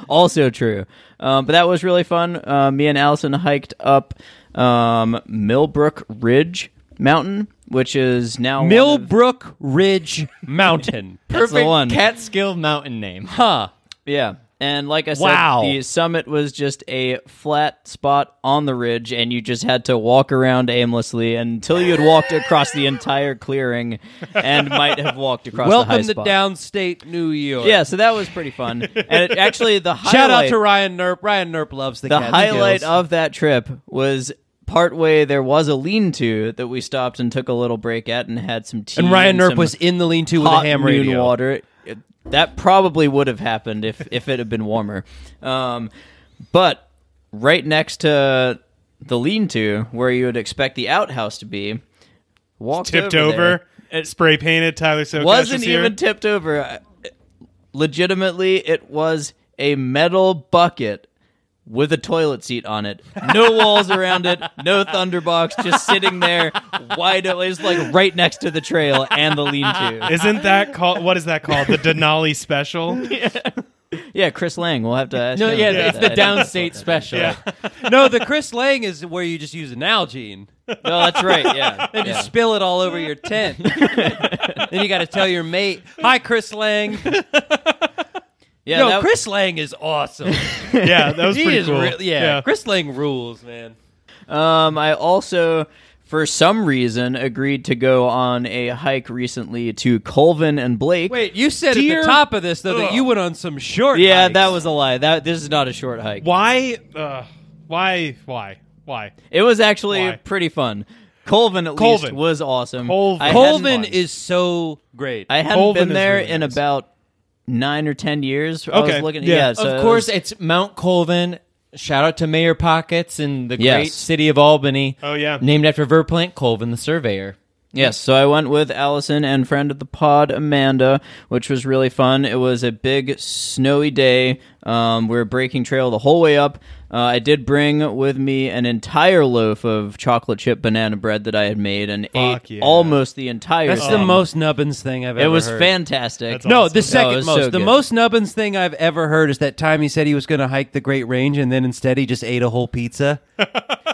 S2: also true. Um, but that was really fun. Uh, me and Allison hiked up um, Millbrook Ridge Mountain, which is now one of-
S4: Millbrook Ridge Mountain.
S2: That's the one.
S6: Catskill mountain name.
S4: Huh.
S2: yeah. And like I said,
S4: Wow.
S2: the summit was just a flat spot on the ridge, and you just had to walk around aimlessly until you had walked across the entire clearing and might have walked across the high
S4: Welcome to
S2: spot.
S4: downstate New York.
S2: yeah, so that was pretty fun. And it, actually, the highlight,
S4: Shout out to Ryan Nerp. Ryan Nerp loves the
S2: the
S4: Catskills.
S2: highlight of that trip was partway there was a lean-to that we stopped and took a little break at and had some tea
S4: and Ryan Nerp
S2: some
S4: was in the lean-to with a
S2: hot
S4: ham
S2: moon
S4: radio.
S2: water It- that probably would have happened if if it had been warmer um but right next to the lean-to where you would expect the outhouse to be walked
S5: tipped
S2: there.
S5: over, spray painted. Tyler so
S2: wasn't even tipped Uh, over. I- Legitimately, it was a metal bucket with a toilet seat on it, no walls around it, no thunderbox, just sitting there wide open, it's like right next to the trail and the lean-to.
S5: Isn't that called? What is that called? The Denali special.
S2: Yeah, Chris Lang, we'll have to ask.
S6: No,
S2: him
S6: yeah,
S2: about
S6: it's the
S2: that.
S6: downstate special.
S4: no, the Chris Lang is where you just use an Nalgene
S2: No, Oh, that's right. Yeah,
S4: and
S2: yeah.
S4: you spill it all over your tent. then you got to tell your mate, "Hi, Chris Lang."
S2: yeah
S4: Yo,
S2: that-
S4: Chris Lang is awesome.
S5: Yeah, that was
S4: he
S5: pretty
S4: is
S5: cool.
S4: real- yeah, Chris Lang rules, man.
S2: Um, I also, for some reason, agreed to go on a hike recently to Colvin and Blake.
S4: Wait, you said at
S5: Dear-
S4: the top of this though that you went on some short.
S2: yeah,
S4: hikes.
S2: that was a lie. That this is not a short hike.
S5: Why? Uh, why? Why? Why?
S2: It was actually
S5: Why?
S2: pretty fun. Colvin at least
S5: Colvin.
S2: was awesome.
S5: Colvin.
S2: I hadn't-
S4: Colvin is so great.
S2: I hadn't
S5: Colvin
S2: been
S5: is
S2: there
S5: really
S2: in
S5: nice.
S2: about nine or ten years. I was
S5: Okay,
S2: looking.
S5: yeah.
S2: Yeah, so it
S6: of
S2: was-
S6: course, it's Mount Colvin. Shout out to Mayor Pockets and the great
S2: Yes.
S6: city of Albany.
S5: Oh, yeah.
S6: named after Verplank Colvin, the surveyor.
S2: Yes, so I went with Allison and friend of the pod, Amanda, which was really fun. It was a big snowy day. Um, we were breaking trail the whole way up. Uh, I did bring with me an entire loaf of chocolate chip banana bread that I had made and
S5: Fuck
S2: ate
S5: yeah.
S2: almost the entire
S4: That's the
S2: thing.
S4: most nubbins thing I've
S2: Oh.
S4: ever.
S2: It was
S4: heard.
S2: fantastic.
S5: That's
S4: No,
S5: awesome.
S4: the
S2: No, it
S4: second
S2: was
S4: most.
S2: so
S4: the
S2: good.
S4: most nubbins thing I've ever heard is that time he said he was going to hike the Great Range and then instead he just ate a whole pizza.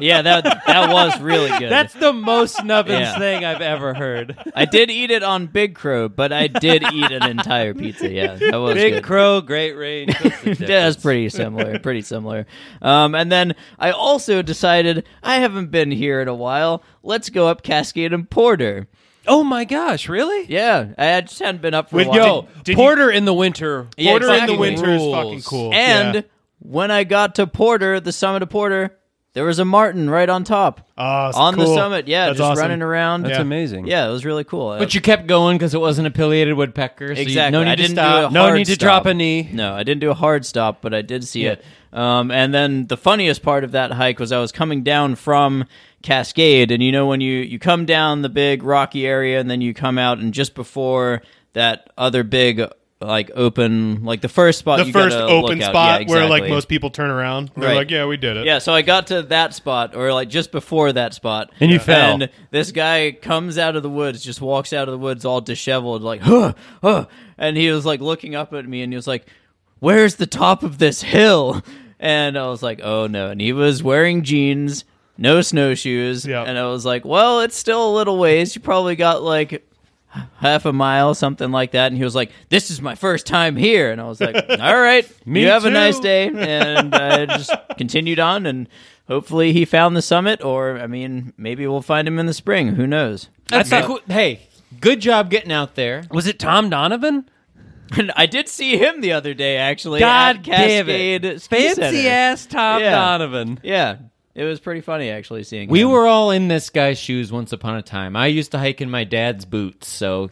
S2: Yeah, that that was really good.
S4: That's the most nubbins
S2: Yeah.
S4: thing I've ever heard.
S2: I did eat it on Big Crow, but I did eat an entire pizza. Yeah, that was
S4: Big
S2: good.
S4: Crow, Great Range. What's the
S2: yeah, that's pretty similar. Pretty similar. Um, and then I also decided I haven't been here in a while. Let's go up Cascade and Porter.
S4: Oh my gosh, really?
S2: Yeah, I just hadn't been up for
S5: With
S2: a while.
S4: Yo,
S5: Did you-
S4: Porter in the winter.
S2: Yeah,
S5: Order
S2: exactly.
S5: in the winter is
S4: Rules.
S5: fucking cool.
S2: and
S5: Yeah.
S2: when I got to Porter, the summit of Porter, there was a Martin right on top.
S5: Ah, it's
S2: on the
S5: cool.
S2: summit, yeah,
S5: That's
S2: just
S5: awesome.
S2: running around.
S4: Oh, That's
S5: Yeah.
S4: amazing.
S2: Yeah, it was really cool.
S6: But you kept going because it was an affiliated woodpecker. So you-
S2: Exactly.
S6: no need
S2: I
S6: to
S2: didn't do
S6: stop.
S2: a
S4: No
S2: hard
S4: need to
S2: stop.
S4: drop a knee.
S2: No, I didn't do a hard stop, but I did see it. Um, and then the funniest part of that hike was I was coming down from Cascade, and you know when you you come down the big rocky area, and then you come out, and just before that other big like open like the first spot,
S5: the
S2: you
S5: first
S2: gotta
S5: open
S2: look out.
S5: spot
S2: Yeah,
S5: where like
S2: exactly.
S5: most people turn around. They're
S2: Right.
S5: like, "Yeah, we did it."
S2: Yeah, so I got to that spot, or like just before that spot,
S4: And you fell.
S2: And this guy comes out of the woods, just walks out of the woods, all disheveled, like huh, huh, and he was like looking up at me, and he was like, "Where's the top of this hill?" And I was like, "Oh no!" And he was wearing jeans, no snowshoes,
S5: Yeah.
S2: and I was like, "Well, it's still a little ways. You probably got like." Half a mile, something like that, and he was like, "This is my first time here," and I was like, "All right,
S4: Me
S2: you have a
S4: too.
S2: nice day. And I just continued on, and hopefully he found the summit, or I mean, maybe we'll find him in the spring. Who knows?
S6: That's not cool. Hey, good job getting out there.
S4: Was it Tom Donovan?
S2: And I did see him the other day, actually.
S4: God
S2: at
S4: damn
S2: Cascade
S4: it.
S2: Ski
S4: Fancy
S2: Center.
S4: ass Tom
S2: Yeah.
S4: Donovan.
S2: Yeah, it was pretty funny actually seeing.
S6: We
S2: him.
S6: were all in this guy's shoes once upon a time. I used to hike in my dad's boots, so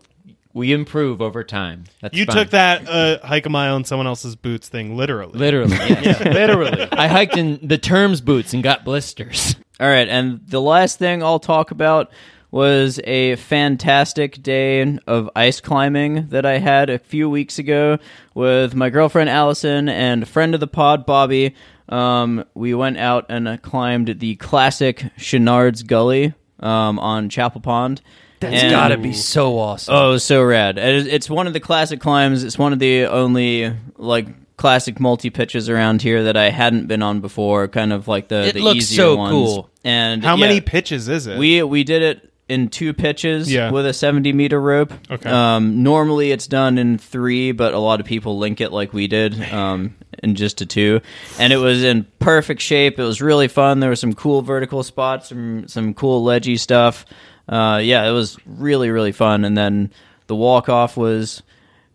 S6: we improve over time. That's
S5: You
S6: fine.
S5: took that uh, hike a mile in someone else's boots thing literally.
S6: literally. yes.
S5: literally.
S6: I hiked in the terms boots and got blisters.
S2: All right, and the last thing I'll talk about was a fantastic day of ice climbing that I had a few weeks ago with my girlfriend Allison and friend of the pod Bobby. Um, we went out and uh, climbed the classic Chenard's Gully um, on Chapel Pond.
S4: That's
S2: And-
S4: gotta be so awesome.
S2: Oh, it was so rad! It is- It's one of the classic climbs. It's one of the only like classic multi pitches around here that I hadn't been on before. Kind of like the
S4: It
S2: the
S4: looks
S2: easier
S4: so
S2: ones.
S4: cool.
S2: And
S5: How
S2: yeah.
S5: many pitches is it?
S2: We we did it in two pitches
S5: Yeah.
S2: with a 70 meter rope.
S5: Okay.
S2: Um, normally it's done in three, but a lot of people link it like we did um, in just a two. And it was in perfect shape. It was really fun. There were some cool vertical spots, some, some cool ledgy stuff. Uh, yeah, it was really, really fun. And then the walk off was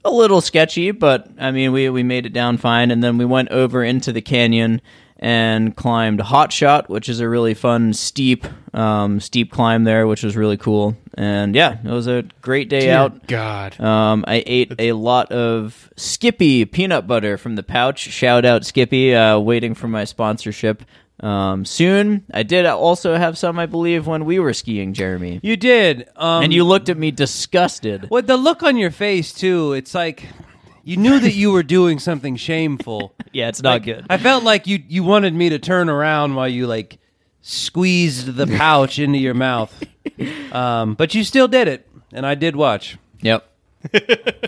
S2: a little sketchy, but I mean, we, we made it down fine. And then we went over into the canyon and climbed Hot Shot, which is a really fun, steep, um, steep climb there, which was really cool. And yeah, it was a great day out.
S5: God.
S2: Um, I ate a lot of Skippy peanut butter from the pouch. Shout out Skippy, uh, waiting for my sponsorship um, soon. I did also have some, I believe, when we were skiing, Jeremy.
S4: You did. Um,
S2: And you looked at me disgusted.
S4: Well, the look on your face too. It's like You knew that you were doing something shameful.
S2: Yeah, it's not good.
S4: I felt like you you wanted me to turn around while you like squeezed the pouch into your mouth. Um, but you still did it, and I did watch.
S2: yep.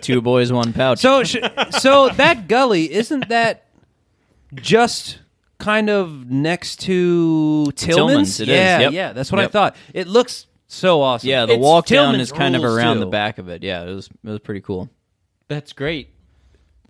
S2: Two boys, one pouch.
S4: So sh- so that gully isn't that just kind of next to Tillman's?
S2: Tillman's, it is,
S4: yeah,
S2: yep.
S4: yeah, that's what I
S2: Yep.
S4: thought. It looks so awesome.
S2: yeah, the
S6: It's
S2: walk down
S6: Tillman's
S2: is kind of
S6: rules,
S2: around the
S6: too.
S2: back of it. Yeah, it was it was pretty cool.
S6: That's great.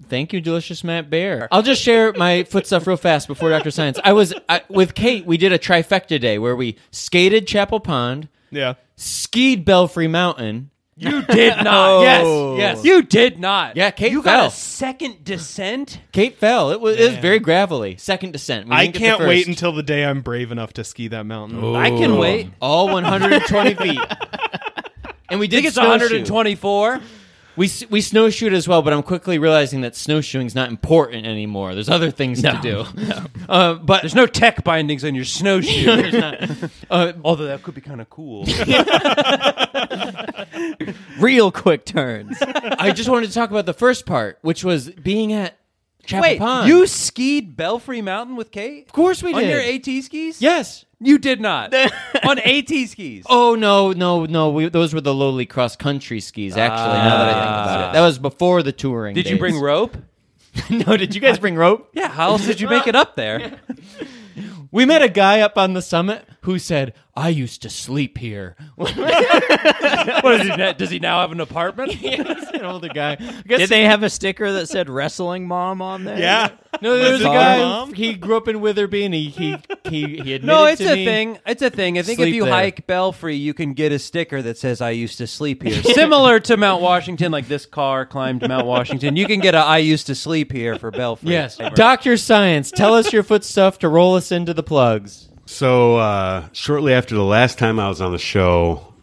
S6: Thank you, delicious Matt Bear. I'll just share my foot stuff real fast before Dr. Science. I was I, with Kate. We did a trifecta day where we skated Chapel Pond,
S5: Yeah.
S6: skied Belfry Mountain.
S4: You did not.
S6: Yes, yes.
S4: You did not.
S6: Yeah, Kate
S4: You got
S6: fell.
S4: a second descent?
S6: Kate fell. It was, it was very gravelly. Second descent. We
S5: I
S6: didn't get the
S5: can't wait
S6: first.
S5: until the day I'm brave enough to ski that mountain.
S4: I can wait.
S6: all 120 feet. And we
S4: I
S6: did
S4: think it's
S6: snowshoe.
S4: 124.
S6: We s- we snowshoed as well, but I'm quickly realizing that snowshoeing's not important anymore. There's other things to do. Uh, but
S4: There's no tech bindings on your snowshoe. Uh, Although that could be kind of cool.
S2: Real quick turns.
S6: I just wanted to talk about the first part, which was being at Chapel
S4: Wait,
S6: Pond.
S4: you skied Belfry Mountain with Kate?
S6: of course we
S4: On
S6: did.
S4: your AT skis?
S6: yes.
S4: You did not. on AT skis.
S6: Oh no, no, no. We, those were the lowly cross country skis. Actually, now that I think about it, that was before the touring.
S4: Did you
S6: days.
S4: bring rope?
S6: no, did you guys bring rope?
S4: Yeah, how else did you make it up there?
S6: We met a guy up on the summit who said, "I used to sleep here."
S4: what is he, does he now have an apartment?
S6: He's an older guy. I guess-
S2: Did they have a sticker that said "Wrestling Mom" on there?
S5: Yeah.
S6: No, there was a
S2: Mom?
S6: guy.
S5: Mom?
S6: He grew up in Witherby, and he he he, he admitted
S4: No, it's
S6: to
S4: a
S6: me-
S4: thing. It's a thing. I think if
S6: Sleep
S4: you
S6: there.
S4: hike Belfry, you can get a sticker that says "I used to sleep here," similar to Mount Washington. Like this car climbed Mount Washington, you can get a "I used to sleep here" for Belfry.
S6: Yes, Doctor Science, tell us your foot stuff to roll us into the plugs.
S1: So uh, shortly after the last time I was on the show,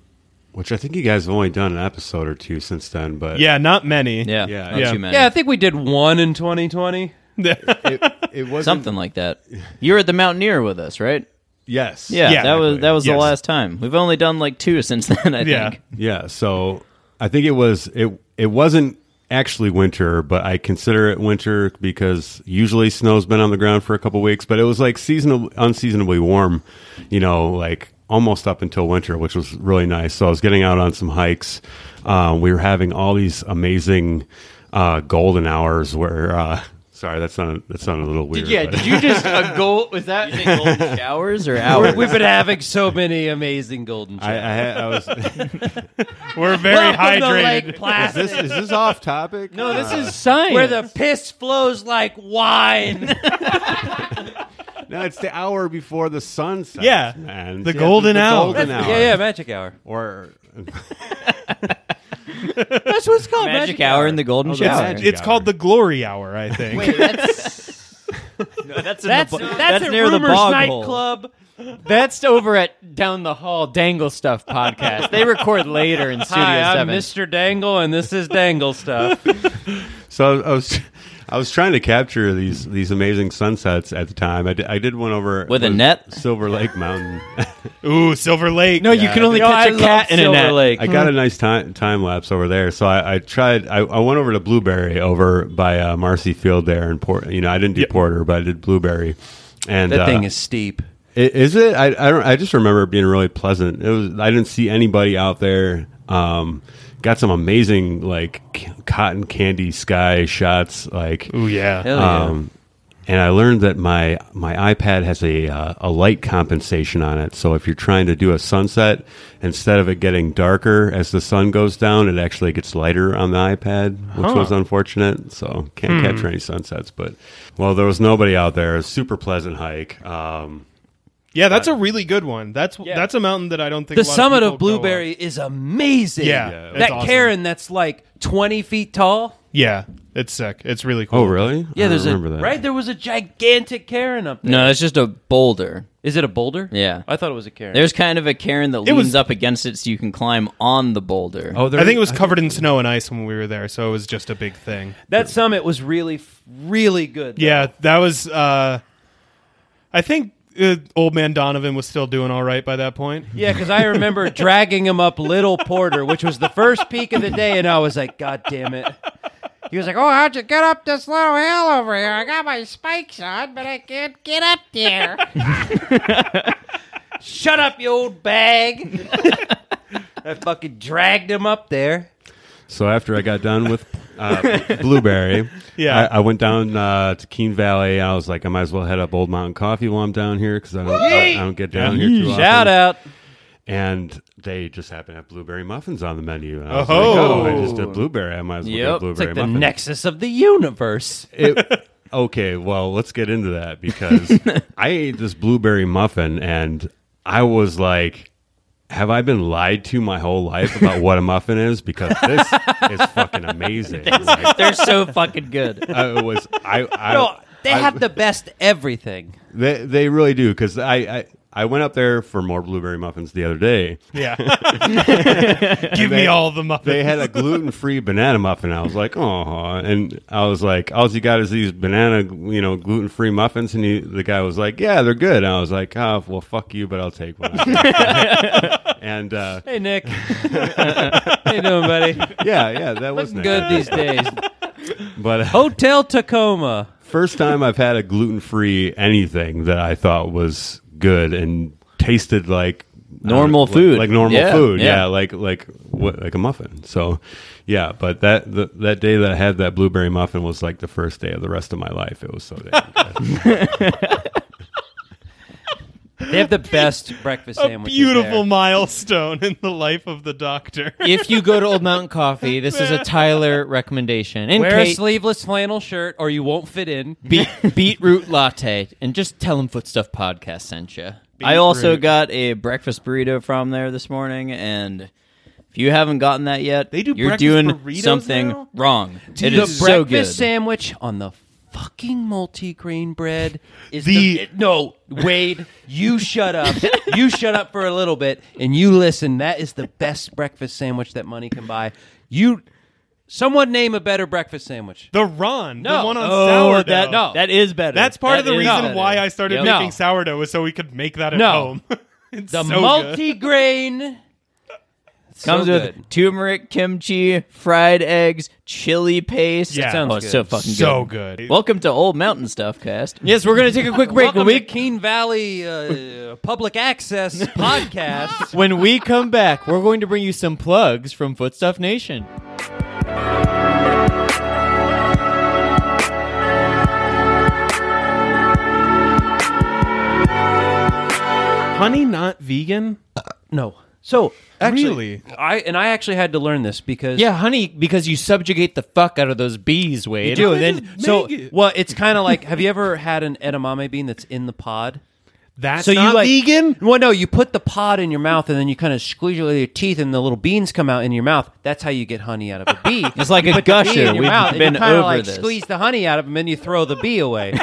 S1: which I think you guys have only done an episode or two since then, but
S5: Yeah, not many.
S2: yeah,
S1: Yeah,
S2: not
S5: yeah.
S2: too many.
S4: yeah, I think we did one in 2020.
S1: it, it was
S2: something like that. You were at the Mountaineer with us, right?
S1: Yes.
S2: Yeah,
S5: Yeah.
S2: that was that was the
S5: Yes.
S2: last time. We've only done like two since then. I
S5: Yeah.
S2: think.
S1: Yeah. So I think it was it it wasn't actually winter, but I consider it winter because usually snow's been on the ground for a couple weeks, but it was like seasonal unseasonably warm, you know, like almost up until winter, which was really nice. So I was getting out on some hikes. Uh, we were having all these amazing uh, golden hours where uh, sorry, that sounded that sounded a little weird. but-
S6: you just a goal? Was that
S2: Golden showers or hours?
S4: We've been having so many amazing golden.
S1: I, I,
S4: showers.
S1: had- I was. is
S5: We're very
S4: Welcome to
S5: hydrated.
S4: Lake Placid,
S1: this is this off topic?
S6: no? This is science.
S4: where the piss flows like wine.
S1: No, it's the hour before the sun sets.
S5: Yeah.
S1: man.
S5: The golden hour.
S1: golden hour.
S4: yeah, yeah, magic hour.
S1: Or
S4: That's what it's called.
S2: magic hour in the golden shower.
S1: magic.
S5: It's called the glory hour, I think.
S2: No, that's in
S4: That's
S2: the, bo-
S4: that's,
S2: that's
S4: at
S2: near the
S4: Rumors
S2: bog hole.
S4: nightclub.
S6: that's over at down the hall Dangle Stuff podcast. They record later in Studio
S4: Hi, I'm
S6: Seven.
S4: Mr. Dangle, and this is Dangle stuff.
S1: so I was, I was trying to capture these these amazing sunsets at the time. I did, I did one over
S2: With a
S1: was
S2: net?
S1: Silver Lake Mountain.
S5: Ooh, Silver Lake.
S6: no, you can only
S4: No,
S6: catch
S4: I
S6: a cat in a
S4: Silver
S6: net.
S4: Lake.
S1: I got a nice time time lapse over there. So I, I tried. I, I went over to Blueberry over by uh, Marcy Field there in Port. You know, I didn't do Porter, but I did Blueberry. And
S4: That
S1: uh,
S4: thing is steep.
S1: I- Is it? I I, don't, I just remember it being really pleasant. It was. I didn't see anybody out there. Um, got some amazing like c- cotton candy sky shots. Like,
S5: Ooh, yeah.
S4: Hell yeah.
S1: um, and I learned that my my iPad has a uh, a light compensation on it. So if you're trying to do a sunset, instead of it getting darker as the sun goes down, it actually gets lighter on the iPad, which was unfortunate. So can't capture any sunsets. But well, there was nobody out there. It was a super pleasant hike. Um,
S5: Yeah, that's a really good one. That's that's a mountain that I don't think
S4: the
S5: a lot
S4: summit
S5: people
S4: of
S5: go on.
S4: Blueberry is amazing.
S5: Yeah, Yeah, it's
S4: that
S5: awesome.
S4: Karen that's like twenty feet tall.
S5: Yeah, it's sick. It's really cool.
S1: Oh, really?
S4: Yeah,
S1: I
S4: there's
S1: don't
S4: a
S1: remember that.
S4: right. There was a gigantic Karen up there.
S2: No, it's just a boulder.
S4: Is it a boulder?
S2: Yeah.
S4: I thought it was a Karen.
S2: There's kind of a cairn that leans
S5: Oh, was-
S2: up against it so you can climb on the boulder.
S1: Oh, there,
S5: I think it was covered in snow and ice when we were there, so it was just a big thing.
S4: that summit was really, f- really good. though.
S5: Yeah, that was. Uh, I think uh, old man Donovan was still doing all right by that point.
S4: Yeah, because I remember dragging him up Little Porter, which was the first peak of the day, and I was like, God damn it.
S9: He was like, "Oh, how'd you get up this little hill over here? I got my spikes on, but I can't get up there."
S4: Shut up, you old bag. I fucking dragged him up there.
S1: So after I got done with uh, Blueberry,
S5: Yeah.
S1: I, I went down uh, to Keene Valley. I was like, I might as well head up Old Mountain Coffee while I'm down here because I don't, I, I don't get down here too often.
S4: Shout out.
S1: And they just happen to have blueberry muffins on the menu. And I was
S5: Oh-ho.
S1: like, oh, I just did blueberry. I might as well
S2: Yep.
S1: get
S2: It's like
S1: blueberry
S4: It's like the
S1: muffins.
S4: nexus of the universe.
S1: It- okay, well, let's get into that because I ate this blueberry muffin and I was like, have I been lied to my whole life about what a muffin is? Because this is fucking amazing. Like,
S2: They're so fucking good.
S1: I was I, I
S4: No, they
S1: I-
S4: have the best everything.
S1: they, they really do because I, I I went up there for more blueberry muffins the other day.
S5: Yeah. Give me all the muffins.
S1: They had a gluten free banana muffin. I was like, oh, and I was like, all you got is these banana, you know, gluten free muffins. And he, the guy was like, yeah, they're good. And I was like, oh, well, fuck you, but I'll take one. and uh,
S4: Hey, Nick. How you doing, buddy?
S1: yeah, yeah, that was nice.
S4: Good these days.
S1: But uh,
S4: Hotel Tacoma.
S1: first time I've had a gluten free anything that I thought was good and tasted like uh,
S2: Normal
S1: like-
S2: food.
S1: like, normal
S2: Yeah,
S1: food, yeah.
S2: yeah.
S1: like like what, like a muffin. So, yeah, but that the, that day that I had that blueberry muffin was like the first day of the rest of my life. It was so damn good.
S4: They have the best breakfast
S5: a
S4: sandwiches.
S5: beautiful
S4: there.
S5: milestone in the life of the doctor.
S6: if you go to Old Mountain Coffee, this is a Tyler recommendation. And
S4: Wear a
S6: Kate,
S4: sleeveless flannel shirt or you won't fit in.
S6: beet, beetroot latte, and just tell him Footstuff Podcast sent you.
S2: I also got a breakfast burrito from there this morning, and if you haven't gotten that yet,
S5: They do
S2: you're
S5: breakfast
S2: doing
S5: burritos
S2: something
S5: now?
S2: wrong. It
S4: the
S2: is so good.
S4: breakfast sandwich on the fucking multi-grain bread is
S5: The-
S4: the, no Wade. You shut up. you shut up for a little bit and you listen. That is the best breakfast sandwich that money can buy. You, someone name a better breakfast sandwich.
S5: The Ron,
S4: No.
S5: the one on
S2: oh,
S5: sourdough.
S2: that no, that is better.
S5: That's part
S2: That
S5: of the
S2: is
S5: reason
S2: better.
S5: why I started
S2: Yep.
S5: making
S4: No.
S5: sourdough was so we could make that at
S4: No.
S5: home. it's
S4: The
S5: so good.
S4: multi-grain It's so
S2: comes
S4: good.
S2: with turmeric, kimchi, fried eggs, chili paste.
S5: Yeah.
S2: oh,
S5: Sounds
S2: it's so fucking
S5: so
S2: good.
S5: good.
S2: Welcome to Old Mountain Stuff Cast.
S6: Yes, we're going to take a quick break.
S4: Welcome
S6: When we,
S4: to Keene Valley uh, Public Access Podcast.
S6: when we come back, we're going to bring you some plugs from Footstuff Nation.
S5: honey not vegan?
S4: No, so actually,
S5: Really?
S4: I and I actually had to learn this because
S6: Yeah, honey, because you subjugate the fuck out of those bees, Wade.
S4: You do, and then
S5: just
S4: so
S5: make it.
S4: well. It's kind of like have you ever had an edamame bean that's in the pod?
S5: That's
S4: so
S5: not
S4: you like
S5: vegan?
S4: Well, no, you put the pod in your mouth and then you kind of squeeze it with your teeth, and the little beans come out in your mouth. That's how you get honey out of a bee.
S2: It's like a
S4: Put the bee
S2: gusher.
S4: in
S2: We've
S4: your mouth, and you
S2: been
S4: kinda,
S2: over
S4: like,
S2: this.
S4: Squeeze the honey out of them, and you throw the bee away.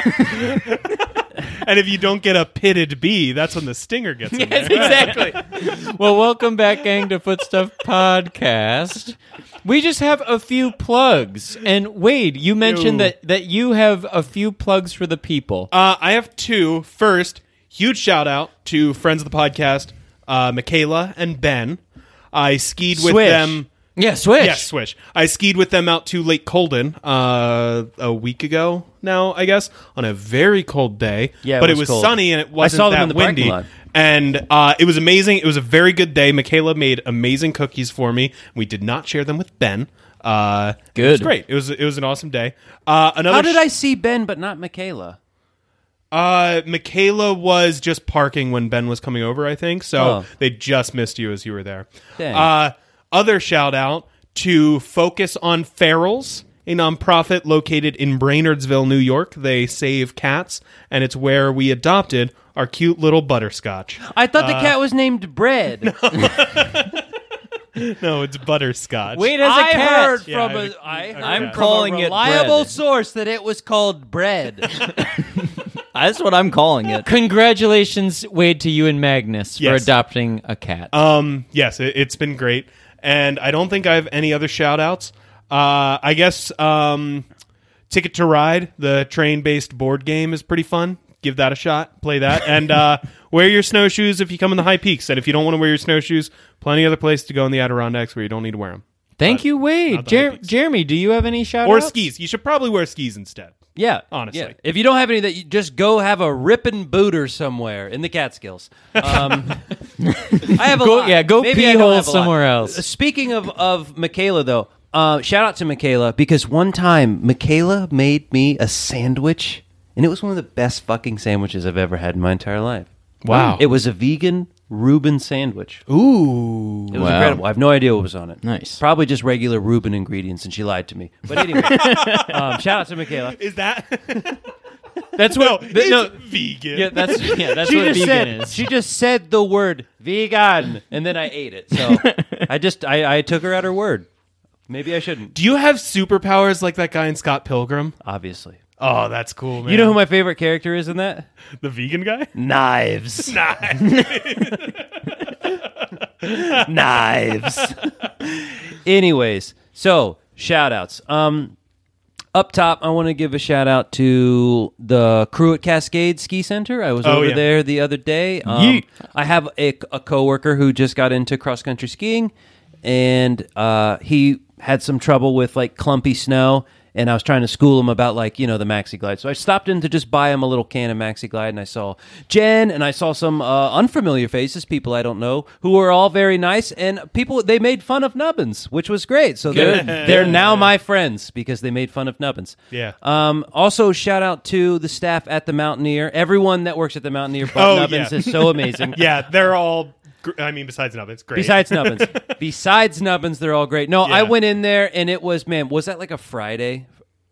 S5: And if you don't get a pitted bee, that's when the stinger gets in there.
S6: exactly. well, welcome back, gang, to Footstuff Podcast. We just have a few plugs. And Wade, you mentioned
S5: Ew.
S6: that, that you have a few plugs for the people.
S5: Uh, I have two. First, huge shout out to friends of the podcast, uh, Michaela and Ben. I skied with
S4: Swish.
S5: them.
S6: yeah, Swish.
S5: Yes, Swish. I skied with them out to Lake Colden uh, a week ago now, I guess, on a very cold day.
S4: Yeah, it
S5: but
S4: was
S5: it was
S4: cold.
S5: sunny and it
S4: I
S5: wasn't
S4: saw them
S5: that
S4: in the parking
S5: windy.
S4: lot.
S5: And uh, it was amazing. It was a very good day. Michaela made amazing cookies for me. We did not share them with Ben. Uh, It was
S2: Good.
S5: great. It was it was an awesome day. Uh, another
S4: How did
S5: sh-
S4: I see Ben but not Michaela?
S5: Uh, Michaela was just parking when Ben was coming over, I think. So
S4: Oh.
S5: they just missed you as you were there.
S4: Dang.
S5: Uh, other shout out to Focus on Ferals, a nonprofit located in Brainardsville, New York. They save cats, and it's where we adopted our cute little butterscotch. Uh,
S4: I thought the cat was named Bread.
S5: No, it's butterscotch.
S6: Wade has a
S4: I
S6: cat.
S4: heard
S5: Yeah,
S4: from a
S5: I-
S4: I heard
S5: I'm
S4: from
S2: calling
S4: a
S2: it
S4: reliable
S2: bread.
S4: source that it was called bread.
S2: That's what I'm calling it.
S6: Congratulations, Wade, to you and Magnus for
S5: Yes.
S6: adopting a cat.
S5: Um, yes, it, it's been great. And I don't think I have any other shout outs. Uh, I guess um, Ticket to Ride, the train based board game, is pretty fun. Give that a shot. Play that. and uh, wear your snowshoes if you come in the high peaks. And if you don't want to wear your snowshoes, plenty other places to go in the Adirondacks where you don't need to wear them.
S6: Thank
S5: But
S6: you, Wade.
S5: uh, not the
S6: Jer-
S5: hypebeast.
S6: Jeremy, do you have any shout
S5: or
S6: outs?
S5: skis. You should probably wear skis instead.
S4: Yeah,
S5: Honestly.
S4: Yeah. If you don't have any, of that you just go have a ripping booter somewhere in the Catskills. Um, I have a
S6: Go-
S4: lot.
S6: yeah, go
S4: Maybe
S6: pee
S4: I don't
S6: hole
S4: have a lot. Uh,
S6: somewhere else.
S4: Speaking of of Michaela though, uh, shout out to Michaela because one time Michaela made me a sandwich, and it was one of the best fucking sandwiches I've ever had in my entire life.
S6: Wow.
S4: It was a vegan Reuben sandwich.
S5: Ooh.
S4: It was
S2: Wow.
S4: incredible. I have no idea what was on it.
S2: Nice.
S4: Probably just regular Reuben ingredients, and she lied to me. But anyway, um, shout out to Michaela.
S5: Is that
S6: That's
S5: no?
S6: what.
S5: It's
S6: no,
S5: vegan.
S6: yeah, that's yeah, that's
S4: she
S6: what
S4: just
S6: vegan
S4: said
S6: is.
S4: she just said the word vegan, and then I ate it. So I just I, I took her at her word. Maybe I shouldn't.
S5: Do you have superpowers like that guy in Scott Pilgrim?
S4: Obviously,
S5: Oh, that's cool, man.
S4: you know who my favorite character is in that?
S5: the vegan guy?
S4: Knives. Knives. Anyways, so shout outs. Um, up top, I want to give a shout out to the crew at Cascade Ski Center. I was
S5: Oh,
S4: over
S5: yeah.
S4: there the other day. Um,
S6: Yeet.
S4: I have a, a coworker who just got into cross country skiing, and uh, he had some trouble with like clumpy snow. And I was trying to school him about like you know the Maxi Glide. So I stopped in to just buy him a little can of Maxi Glide, and I saw Jen, and I saw some uh, unfamiliar faces, people I don't know, who were all very nice, and people they made fun of Nubbins, which was great. So they're they're now my friends because they made fun of Nubbins.
S5: Yeah.
S4: Um, also, shout out to the staff at the Mountaineer. Everyone that works at the Mountaineer, but
S5: Oh,
S4: Nubbins
S5: yeah.
S4: is so amazing.
S5: Yeah, they're all. Gr- I mean, besides Nubbins, great.
S4: Besides Nubbins, besides Nubbins, they're all great. No, I
S5: Yeah.
S4: went in there and it was man, was that like a Friday?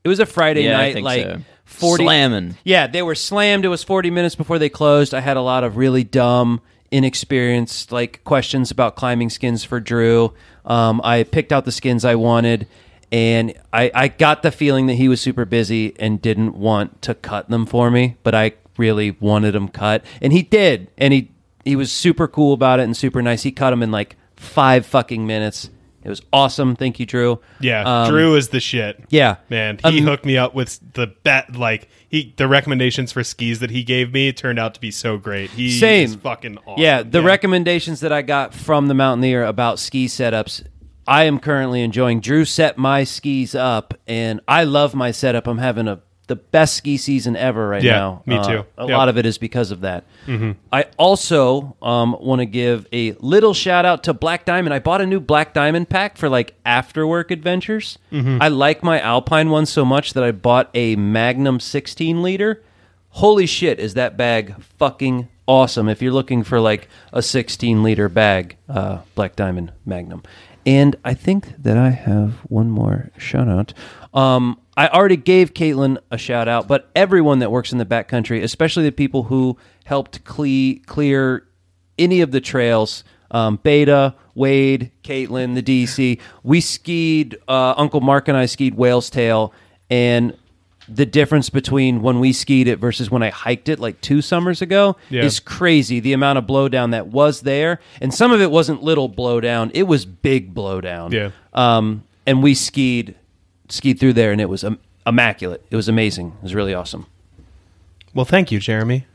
S4: It was a Friday
S2: Yeah, I
S4: night,
S2: think
S4: like
S2: so.
S4: forty.
S2: Slamming.
S4: Yeah, they were slammed. It was forty minutes before they closed. I had a lot of really dumb, inexperienced like questions about climbing skins for Drew. Um, I picked out the skins I wanted. And I, I got the feeling that he was super busy and didn't want to cut them for me, but I really wanted them cut. And he did. And he he was super cool about it and super nice. He cut them in like five fucking minutes. It was awesome. Thank you, Drew.
S5: yeah,
S4: Um,
S5: Drew is the shit.
S4: Yeah.
S5: man, he
S4: Um,
S5: hooked me up with the bet. Like he, the recommendations for skis that he gave me turned out to be so great. He
S4: Same.
S5: is fucking awesome.
S4: Yeah, the recommendations that I got from the Mountaineer about ski setups, I am currently enjoying. Drew set my skis up, and I love my setup. I'm having a the best ski season ever right
S5: Yeah,
S4: now.
S5: me
S4: Uh,
S5: too.
S4: A
S5: Yeah.
S4: lot of it is because of that. I also um, want to give a little shout out to Black Diamond. I bought a new Black Diamond pack for like after work adventures. I like my Alpine one so much that I bought a Magnum 16 liter. Holy shit, is that bag fucking awesome? If you're looking for like a 16 liter bag, uh, Black Diamond Magnum. And I think that I have one more shout out. Um, I already gave Caitlin a shout out, but everyone that works in the backcountry, especially the people who helped cle- clear any of the trails, um, Beta, Wade, Caitlin, the DC, we skied, uh, Uncle Mark and I skied Whale's Tail, and the difference between when we skied it versus when I hiked it like two summers ago
S5: Yeah.
S4: is crazy. The amount of blowdown that was there, and some of it wasn't little blowdown; it was big blowdown.
S5: Yeah.
S4: Um, and we skied skied through there, and it was im- immaculate. It was amazing. It was really awesome.
S5: Well, thank you, Jeremy.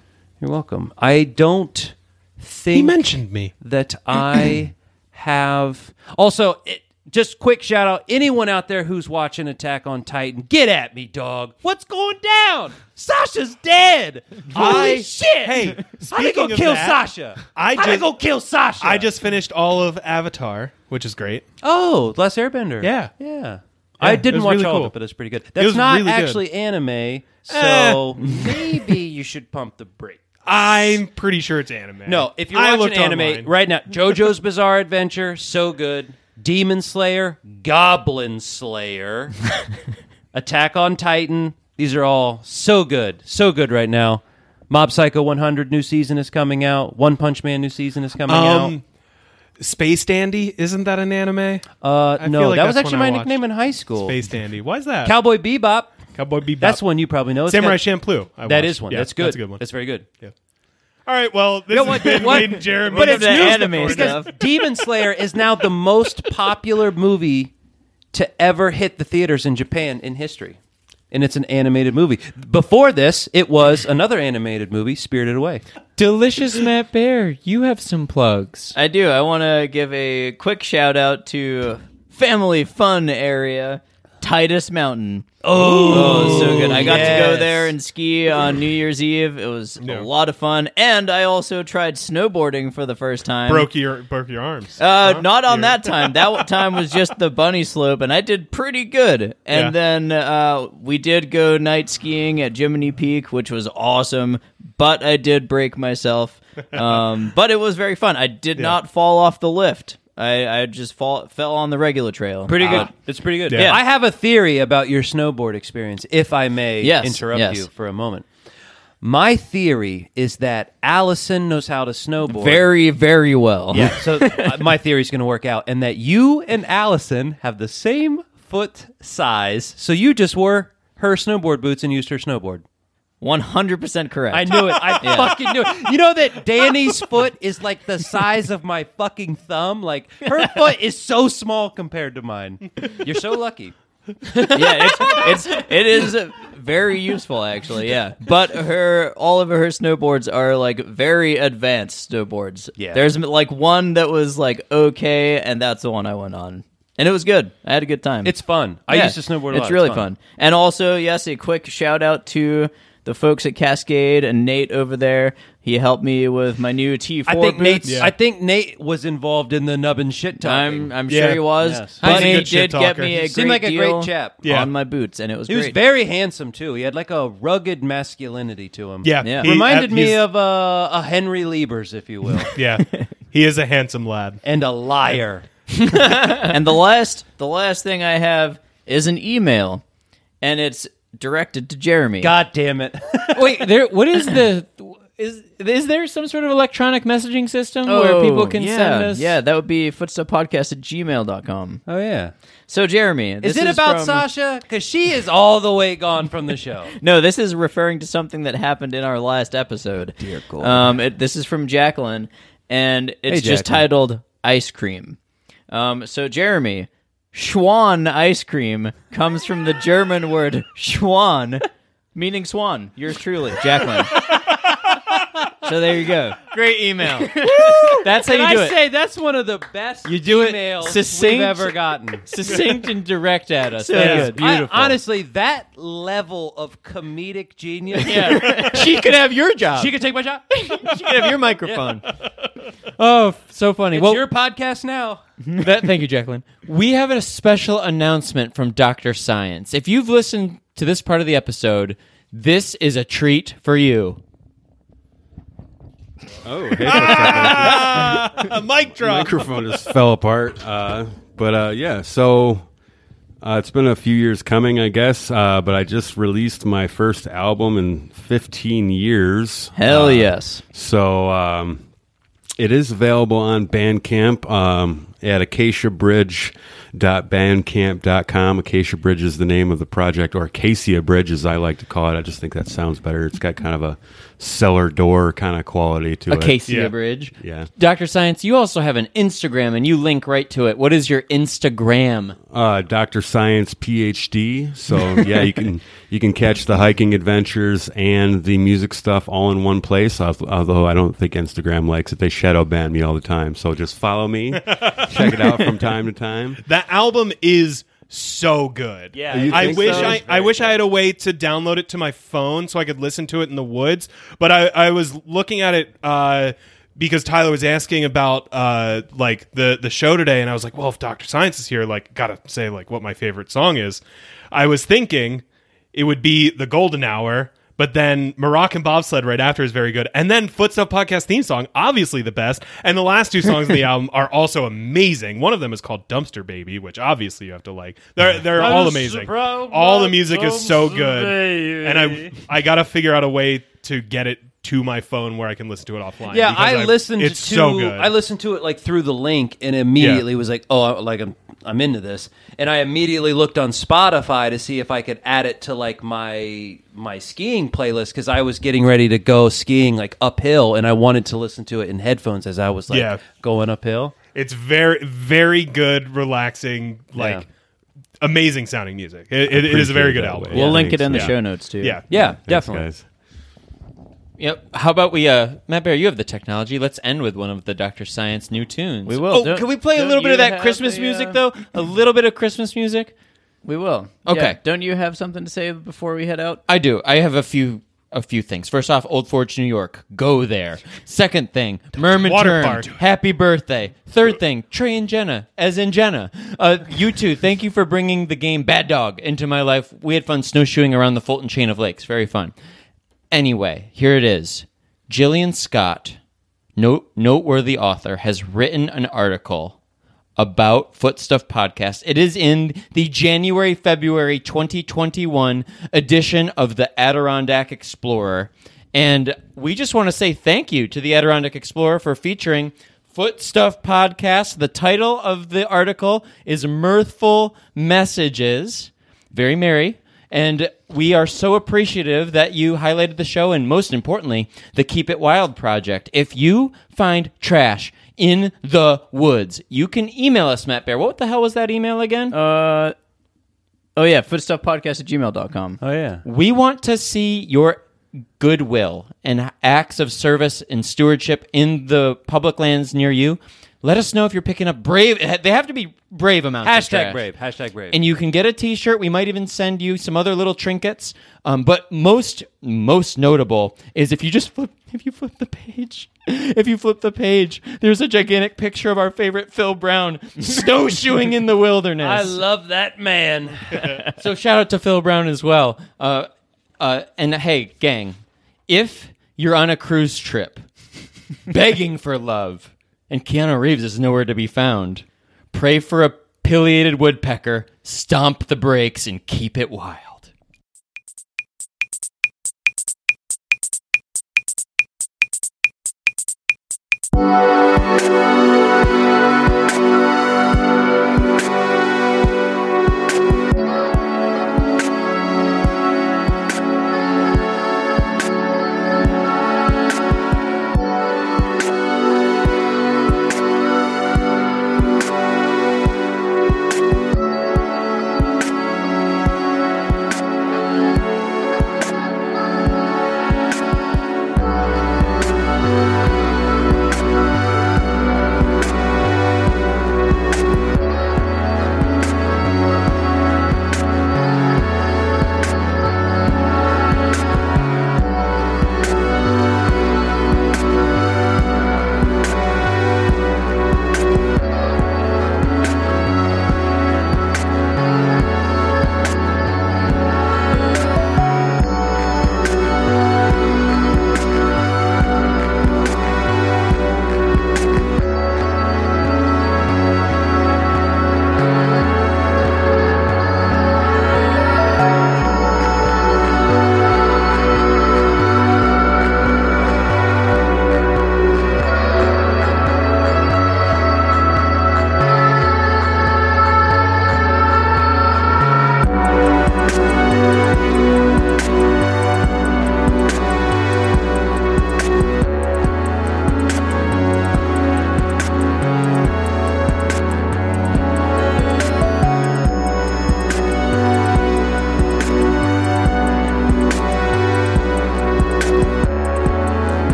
S4: You're welcome. I don't think
S5: He mentioned me.
S4: that I have. Also, it, just quick shout out anyone out there who's watching Attack on Titan. Get at me, dog. What's going down? Sasha's dead. I shit.
S5: Hey,
S4: I'm gonna
S5: speaking
S4: go
S5: of
S4: kill
S5: that,
S4: Sasha.
S5: I
S4: I'm gonna
S5: just-
S4: go kill Sasha.
S5: I just finished all of Avatar, which is great.
S4: oh, Last Airbender.
S5: Yeah.
S4: yeah. I didn't
S5: was
S4: watch
S5: really
S4: all
S5: cool.
S4: of it, but it's pretty good. That's
S5: was
S4: not
S5: really good. Eh.
S4: actually anime, so maybe you should pump the brake.
S5: I'm pretty sure it's anime.
S4: No, if you're
S5: I
S4: watching
S5: looked
S4: anime
S5: online.
S4: right now, JoJo's Bizarre Adventure, so good. Demon Slayer, Goblin Slayer, Attack on Titan. These are all so good, so good right now. Mob Psycho 100 new season is coming out. One Punch Man new season is coming
S5: Um, Space Dandy isn't that an anime?
S4: out. Uh,
S5: I
S4: no,
S5: feel like
S4: that was
S5: that's
S4: actually
S5: one I
S4: my
S5: watched.
S4: nickname in high school.
S5: Space Dandy. Why is that?
S4: Cowboy Bebop.
S5: Cowboy Bebop.
S4: That's one you probably know. It's
S5: Samurai
S4: got-
S5: Champloo. I
S4: That
S5: watched.
S4: is one.
S5: Yeah,
S4: that's good.
S5: That's a good one.
S4: That's very good.
S5: All right. Well, this has
S4: what-
S5: been
S4: what-
S5: Wade and Jeremy.
S4: But it's
S2: the
S4: news
S2: anime
S4: because
S2: stuff.
S4: Demon Slayer is now the most popular movie to ever hit the theaters in Japan in history. And it's an animated movie. Before this, it was another animated movie, Spirited Away.
S6: Delicious Matt Bear, you have some plugs.
S2: I do. I want to give a quick shout out to family fun area, Titus Mountain. Oh, so good. I got to go
S4: yes.
S2: there and ski on New Year's Eve. It was a lot of fun. And I also tried snowboarding for the first time.
S5: broke your broke your arms.
S2: Uh, Not on that time. That time was just the bunny slope, and I did pretty good. And
S5: Yeah.
S2: then uh, we did go night skiing at Jiminy Peak, which was awesome, but I did break myself. Um, but it was very fun. I did not fall off the lift. I, I just fall, fell on the regular trail.
S4: Pretty good.
S6: That's pretty good.
S2: Yeah.
S4: Uh, I have a theory about your snowboard experience, if I may
S2: Yes,
S4: interrupt
S2: yes.
S4: you for a moment. My theory is that Allison knows how to snowboard.
S2: Very, very well.
S4: Yeah. So uh, my theory is going to work out, and that you and Allison have the same foot size. So you just wore her snowboard boots and used her snowboard.
S2: 100% correct.
S4: I knew it. I fucking knew it. You know that Danny's foot is like the size of my fucking thumb. Like her foot is so small compared to mine. You're so lucky.
S2: yeah, it's, it's it is very useful actually. Yeah, but her all of her snowboards are like very advanced snowboards.
S4: Yeah.
S2: there's like one that was like okay, and that's the one I went on, and it was good. I had a good time.
S4: It's fun. I
S2: Yeah,
S4: used to snowboard. A lot.
S2: It's really fun. And also, yes, a quick shout out to. The folks at Cascade and Nate over there, he helped me with my new T4
S4: I think
S2: boots.
S4: Nate. I think Nate was involved in the nub and shit
S2: I'm,
S4: time.
S2: I'm
S5: Yeah.
S2: sure he was,
S4: Yes.
S2: but
S5: He's a
S2: he
S5: good shit
S2: did get
S5: talker.
S2: me a
S5: He
S2: great
S4: seemed like a great
S2: deal
S4: chap.
S5: Yeah.
S2: on my boots, and it was
S4: He
S2: great.
S4: was very handsome too. He had like a rugged masculinity to him.
S5: yeah,
S2: Yeah.
S5: he-
S4: reminded
S5: uh,
S4: me
S5: he's-
S4: of uh, a Henry Liebers, if you will,
S5: yeah. He is a handsome lad.
S4: and a liar.
S2: and the last the last thing I have is an email, and it's directed to Jeremy.
S4: God damn it!
S6: Wait, there. What is the? Is is there some sort of electronic messaging system
S2: Oh,
S6: where people can
S2: yeah,
S6: send us?
S2: Yeah, that would be footsteppodcast at gmail.com.
S4: oh yeah.
S2: So, Jeremy, this
S4: Is it about
S2: from-
S4: Sasha? Because she is all the way gone from the show.
S2: No, this is referring to something that happened in our last episode. Dear God. Um, it, this is from Jacqueline, and it's just
S4: Jacqueline.
S2: titled Ice Cream. Um, so, Jeremy, Schwan ice cream comes from the German word Schwan, meaning swan. Yours truly, Jacqueline. so, there you go.
S6: Great email.
S2: That's how you
S4: Can
S2: do
S4: I
S2: it.
S4: say that's one of the best
S6: You do it
S4: emails
S6: succinct.
S4: we've ever gotten.
S6: Succinct and direct at us.
S2: That
S6: That
S2: is
S6: is beautiful.
S4: I- honestly, that level of comedic genius.
S6: yeah. she could have your job.
S4: She could take my job.
S6: she could have your microphone. Oh, f- so funny.
S4: It's
S6: well,
S4: your podcast now.
S6: that, thank you, Jacqueline. We have a special announcement from Dr. Science. If you've listened to this part of the episode, this is a treat for you.
S1: Oh, hey,
S5: A mic drop.
S1: microphone just fell apart. Uh, but uh, yeah, so uh, it's been a few years coming, I guess. Uh, but I just released my first album in 15 years.
S2: Hell yes.
S1: So um, it is available on Bandcamp um, at acaciabridge.bandcamp.com. Acacia Bridge is the name of the project, or Acacia Bridge, as I like to call it. I just think that sounds better. It's got kind of a cellar door kind of quality to it.
S6: Acacia
S5: Yeah.
S6: Bridge.
S1: Yeah.
S6: Dr. Science, you also have an Instagram and you link right to it. What is your Instagram?
S1: uh, Doctor Science PhD. So yeah, you can you can catch the hiking adventures and the music stuff all in one place. al- Although I don't think Instagram likes it; they shadow ban me all the time. So just follow me, check it out from time to time.
S5: That album is so good. Yeah,
S1: You
S5: I
S1: think
S5: wish
S1: so?
S5: I, I wish I had a way to download it to my phone so I could listen to it in the woods. But I, I was looking at it uh, because Tyler was asking about uh, like the the show today, and I was like, well, if Doctor Science is here, like, gotta say like what my favorite song is. I was thinking it would be the Golden Hour. But then Moroccan Bobsled right after is very good. And then Footstuff Podcast theme song, obviously the best. And the last two songs in the album are also amazing. One of them is called Dumpster Baby, which obviously you have to like. They're, they're all amazing. All the music is so good. And I I got to figure out a way to get it to my phone where I can listen to it offline.
S4: Yeah,
S5: because
S4: I listened
S5: it's
S4: to
S5: so good.
S4: I listened to it like through the link and immediately was like, "Oh, I- like I'm I'm into this." And I immediately looked on Spotify to see if I could add it to like my my skiing playlist cuz I was getting ready to go skiing like uphill and I wanted to listen to it in headphones as I was like
S5: Yeah.
S4: going uphill.
S5: It's very very good, relaxing, like amazing sounding music. It, it, it is a very
S1: Appreciate it
S5: good
S1: that
S5: album.
S1: way.
S2: We'll
S1: Yeah,
S2: link it
S1: thanks.
S2: in the
S1: Yeah.
S2: show notes too.
S5: Yeah.
S4: Yeah,
S1: Thanks,
S4: definitely.
S1: guys.
S6: Yep. How about we, uh, Matt Bear? You have the technology. Let's end with one of the Doctor Science new tunes.
S2: We will.
S6: Oh,
S2: Don't-
S6: can we play a
S2: don't
S6: little bit
S2: you
S6: of that
S2: have
S6: Christmas
S2: the,
S6: music
S2: uh,
S6: though? A little bit of Christmas music.
S2: We will.
S6: Okay.
S2: Yeah. Don't you have something to say before we head out?
S6: I do. I have a few a few things. First off, Old Forge, New York. Go there. Second thing, Merman
S5: Water
S6: Turn.
S5: park.
S6: Happy birthday. Third thing, Trey and Jenna, as in Jenna. Uh, you two, thank you for bringing the game Bad Dog into my life. We had fun snowshoeing around the Fulton Chain of Lakes. Very fun. Anyway, here it is. Jillian Scott, note, noteworthy author, has written an article about Footstuff Podcast. It is in the January February 2021 edition of the Adirondack Explorer. And we just want to say thank you to the Adirondack Explorer for featuring Footstuff Podcast. The title of the article is Mirthful Messages. Very merry. And we are so appreciative that you highlighted the show and most importantly, the Keep It Wild project. If you find trash in the woods, you can email us, Matt Bear. What the hell was that email again?
S2: Uh, oh, yeah. Footstuffpodcast at gmail.com.
S4: Oh yeah.
S6: we want to see your goodwill and acts of service and stewardship in the public lands near you. Let us know if you're picking up brave. They have to be brave amounts. of
S4: Hashtag
S6: trash.
S4: brave. Hashtag brave.
S6: and you can get a t-shirt we might even send you some other little trinkets um, but most most notable is if you just flip if you flip the page if you flip the page there's a gigantic picture of our favorite phil brown snowshoeing in the
S4: I
S6: wilderness
S4: love that man.
S6: so shout out to Phil Brown as well. Uh, uh, and hey, gang, if you're on a cruise trip, begging for love, and Keanu Reeves is nowhere to be found, pray for a pileated woodpecker, stomp the brakes, and keep it wild.